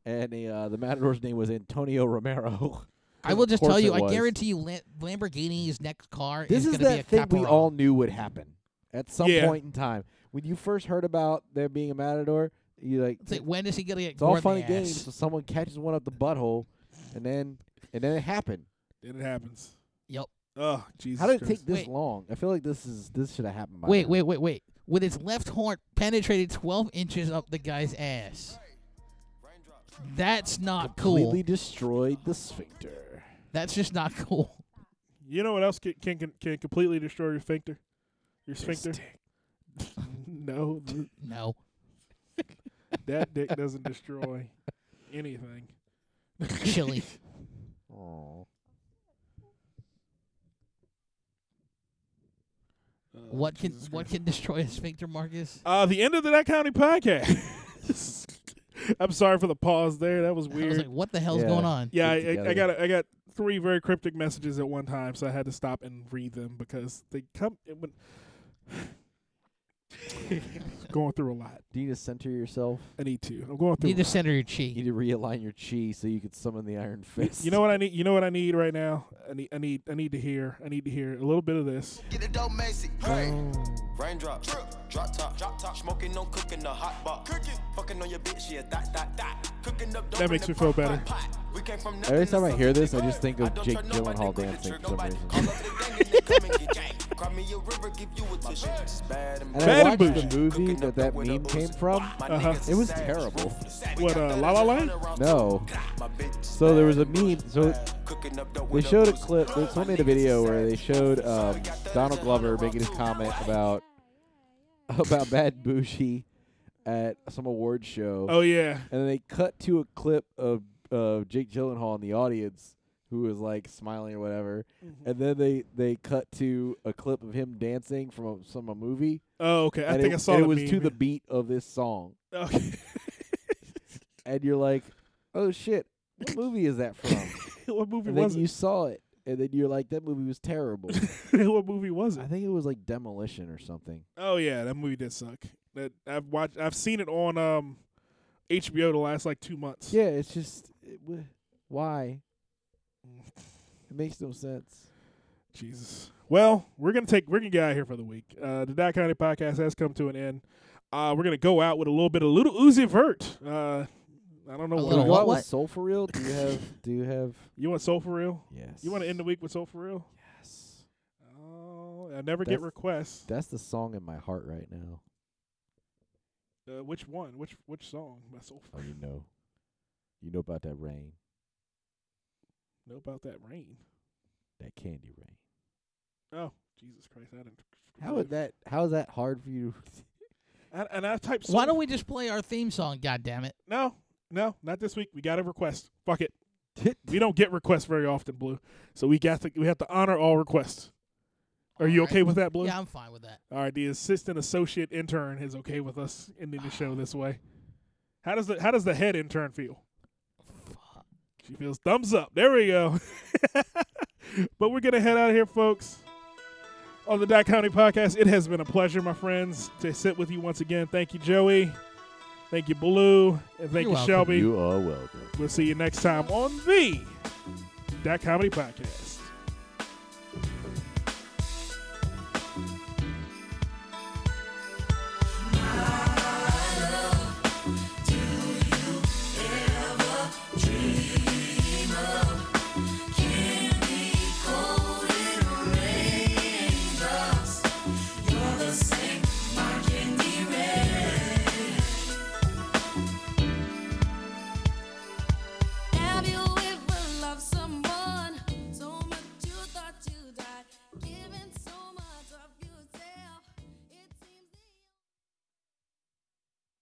Speaker 3: and the, uh, the Matador's name was Antonio Romero.
Speaker 4: I will
Speaker 3: Of
Speaker 4: just
Speaker 3: course
Speaker 4: tell you,
Speaker 3: it
Speaker 4: I
Speaker 3: was.
Speaker 4: guarantee you, Lam- Lamborghini's next car
Speaker 3: This
Speaker 4: is
Speaker 3: is
Speaker 4: going to be a
Speaker 3: that thing we
Speaker 4: Caporal.
Speaker 3: all knew would happen at some
Speaker 1: Yeah.
Speaker 3: point in time. When you first heard about there being a Matador, you like
Speaker 4: It's like, when is he going to get
Speaker 3: it's all
Speaker 4: gored in
Speaker 3: fun
Speaker 4: the
Speaker 3: and games.
Speaker 4: ass?
Speaker 3: So someone catches one up the butthole, and then and then it happened.
Speaker 1: Then it happens.
Speaker 4: Yep.
Speaker 1: Oh, Jesus.
Speaker 3: How did it
Speaker 1: Christ.
Speaker 3: take this
Speaker 4: Wait.
Speaker 3: long? I feel like this is this should have happened. By
Speaker 4: Wait,
Speaker 3: now.
Speaker 4: wait, wait, wait. With its left horn penetrated 12 inches up the guy's ass. That's not
Speaker 3: Completely
Speaker 4: cool.
Speaker 3: destroyed the sphincter.
Speaker 4: That's just not cool.
Speaker 1: You know what else can can, can, can completely destroy your sphincter? Your sphincter? no, th-
Speaker 4: No.
Speaker 1: that dick doesn't destroy anything.
Speaker 4: Chili.
Speaker 3: Oh,
Speaker 4: What can what can destroy a sphincter, Marcus?
Speaker 1: Uh, the end of the That County podcast. I'm sorry for the pause there. That was
Speaker 4: I
Speaker 1: weird.
Speaker 4: was like, what the hell's
Speaker 3: Yeah.
Speaker 4: going on?
Speaker 1: yeah,
Speaker 3: Get
Speaker 1: I, I, I
Speaker 3: together.
Speaker 1: got a, I got three very cryptic messages at one time, so I had to stop and read them because they come it went going through a lot.
Speaker 3: do you need to center yourself?
Speaker 1: I need to. I'm going
Speaker 4: You
Speaker 1: through.
Speaker 4: need to center your
Speaker 3: You
Speaker 4: chi.
Speaker 3: need to realign your chi so you could summon the Iron Fist.
Speaker 1: You know what I need? You know what I need right now? I need. I need. I need to hear. I need to hear a little bit of this.
Speaker 6: Get a dope Macy. Hey. Raindrop. Drip. Drop top, drop top, smoking, no cooking, the hot box. Cooking, fucking on your bitch, yeah, that, that, that. Cooking up dope
Speaker 1: That
Speaker 6: in
Speaker 1: makes
Speaker 6: the
Speaker 1: me feel
Speaker 6: crock pot,
Speaker 1: better.
Speaker 6: pot. We came from
Speaker 3: Every
Speaker 6: nothing
Speaker 3: time
Speaker 6: to
Speaker 3: I hear
Speaker 6: something
Speaker 3: this, I
Speaker 6: big.
Speaker 3: just think of
Speaker 6: I don't
Speaker 3: Jake
Speaker 6: trust nobody,
Speaker 3: Gyllenhaal
Speaker 6: quit
Speaker 3: dancing
Speaker 6: the trick,
Speaker 3: for some
Speaker 6: nobody.
Speaker 3: reason.
Speaker 6: Call up the gang and they come and get gang. Cry me a river, give you a tissue. It's bad and
Speaker 3: And
Speaker 1: Bad
Speaker 3: I
Speaker 1: and bougie.
Speaker 3: watched the movie
Speaker 6: Cooking
Speaker 3: that
Speaker 6: up dope
Speaker 3: that
Speaker 6: with a
Speaker 3: meme came
Speaker 6: Uzi.
Speaker 3: from.
Speaker 6: My
Speaker 1: Uh-huh.
Speaker 6: niggas
Speaker 3: It was
Speaker 6: savage,
Speaker 3: terrible.
Speaker 6: ruthless. We
Speaker 1: What,
Speaker 6: got
Speaker 1: uh,
Speaker 6: that
Speaker 1: La La
Speaker 6: ass
Speaker 1: Land?
Speaker 6: running around
Speaker 3: No.
Speaker 6: to- My bitch is
Speaker 3: So there was a
Speaker 6: bad,
Speaker 3: meme. So
Speaker 6: cooking up dope
Speaker 3: they
Speaker 6: with a
Speaker 3: showed a
Speaker 6: Uzi.
Speaker 3: clip. Someone made a video where they showed um, Donald Glover making his comment about about Bad Bougie at some awards show.
Speaker 1: Oh yeah,
Speaker 3: And then they cut to a clip of of Jake Gyllenhaal in the audience who was like smiling or whatever.
Speaker 1: Mm-hmm.
Speaker 3: And then they they cut to a clip of him dancing from a, some a movie.
Speaker 1: Oh, okay. I
Speaker 3: and
Speaker 1: think I
Speaker 3: it,
Speaker 1: saw
Speaker 3: and
Speaker 1: the
Speaker 3: it was
Speaker 1: meme.
Speaker 3: to the beat of this song.
Speaker 1: Okay.
Speaker 3: And you're like, "Oh shit, what movie is that from?"
Speaker 1: what movie
Speaker 3: and then
Speaker 1: was
Speaker 3: you saw it and then you're like, "That movie was terrible."
Speaker 1: it? what movie was it?
Speaker 3: I think it was like Demolition or something.
Speaker 1: Oh yeah, that movie did suck. That I've watched. I've seen it on um HBO the last like two months.
Speaker 3: Yeah, it's just it, w- why? It makes no sense.
Speaker 1: Jesus. Well, we're gonna take we're gonna get out of here for the week. Uh, the Dot County podcast has come to an end. Uh, we're gonna go out with a little bit of little Uzi Vert. Uh, I don't know
Speaker 4: A
Speaker 1: what
Speaker 4: little
Speaker 3: What,
Speaker 4: what,
Speaker 3: was
Speaker 4: what?
Speaker 3: Soul for Real? Do you have? Do you have?
Speaker 1: you want. Soul for real?
Speaker 3: Yes.
Speaker 1: You want to end the week with Soul for real?
Speaker 3: Yes.
Speaker 1: Oh, I never get
Speaker 3: That's-
Speaker 1: requests.
Speaker 3: That's the song in my heart right now.
Speaker 1: Uh, which one? Which which song? My Soul for
Speaker 3: Oh, you know. You know about that rain,
Speaker 1: Know about that rain?
Speaker 3: that candy rain.
Speaker 1: Oh, Jesus Christ! I didn't.
Speaker 3: How would that? How is that hard for you?
Speaker 1: I, and I typed.
Speaker 4: Why
Speaker 1: Soul
Speaker 4: don't we just play our theme song? God damn it!
Speaker 1: No, no, not this week. We got a request. Fuck it. We don't get requests very often, Blue. So we got to we have to honor all requests. Are you
Speaker 4: All right.
Speaker 1: okay with that, Blue?
Speaker 4: Yeah, I'm fine with that.
Speaker 1: All right. The assistant associate intern is okay with us ending the show this way. How does the How does the head intern feel? She feels thumbs up. There we go. but we're gonna head out of here, folks. On the Dot County podcast, it has been a pleasure, my friends, to sit with you once again. Thank you, Joey. Thank you, Blue, and thank
Speaker 4: You're
Speaker 1: you,
Speaker 4: welcome.
Speaker 1: Shelby.
Speaker 3: You are welcome.
Speaker 1: We'll see you next time on the That Comedy Podcast.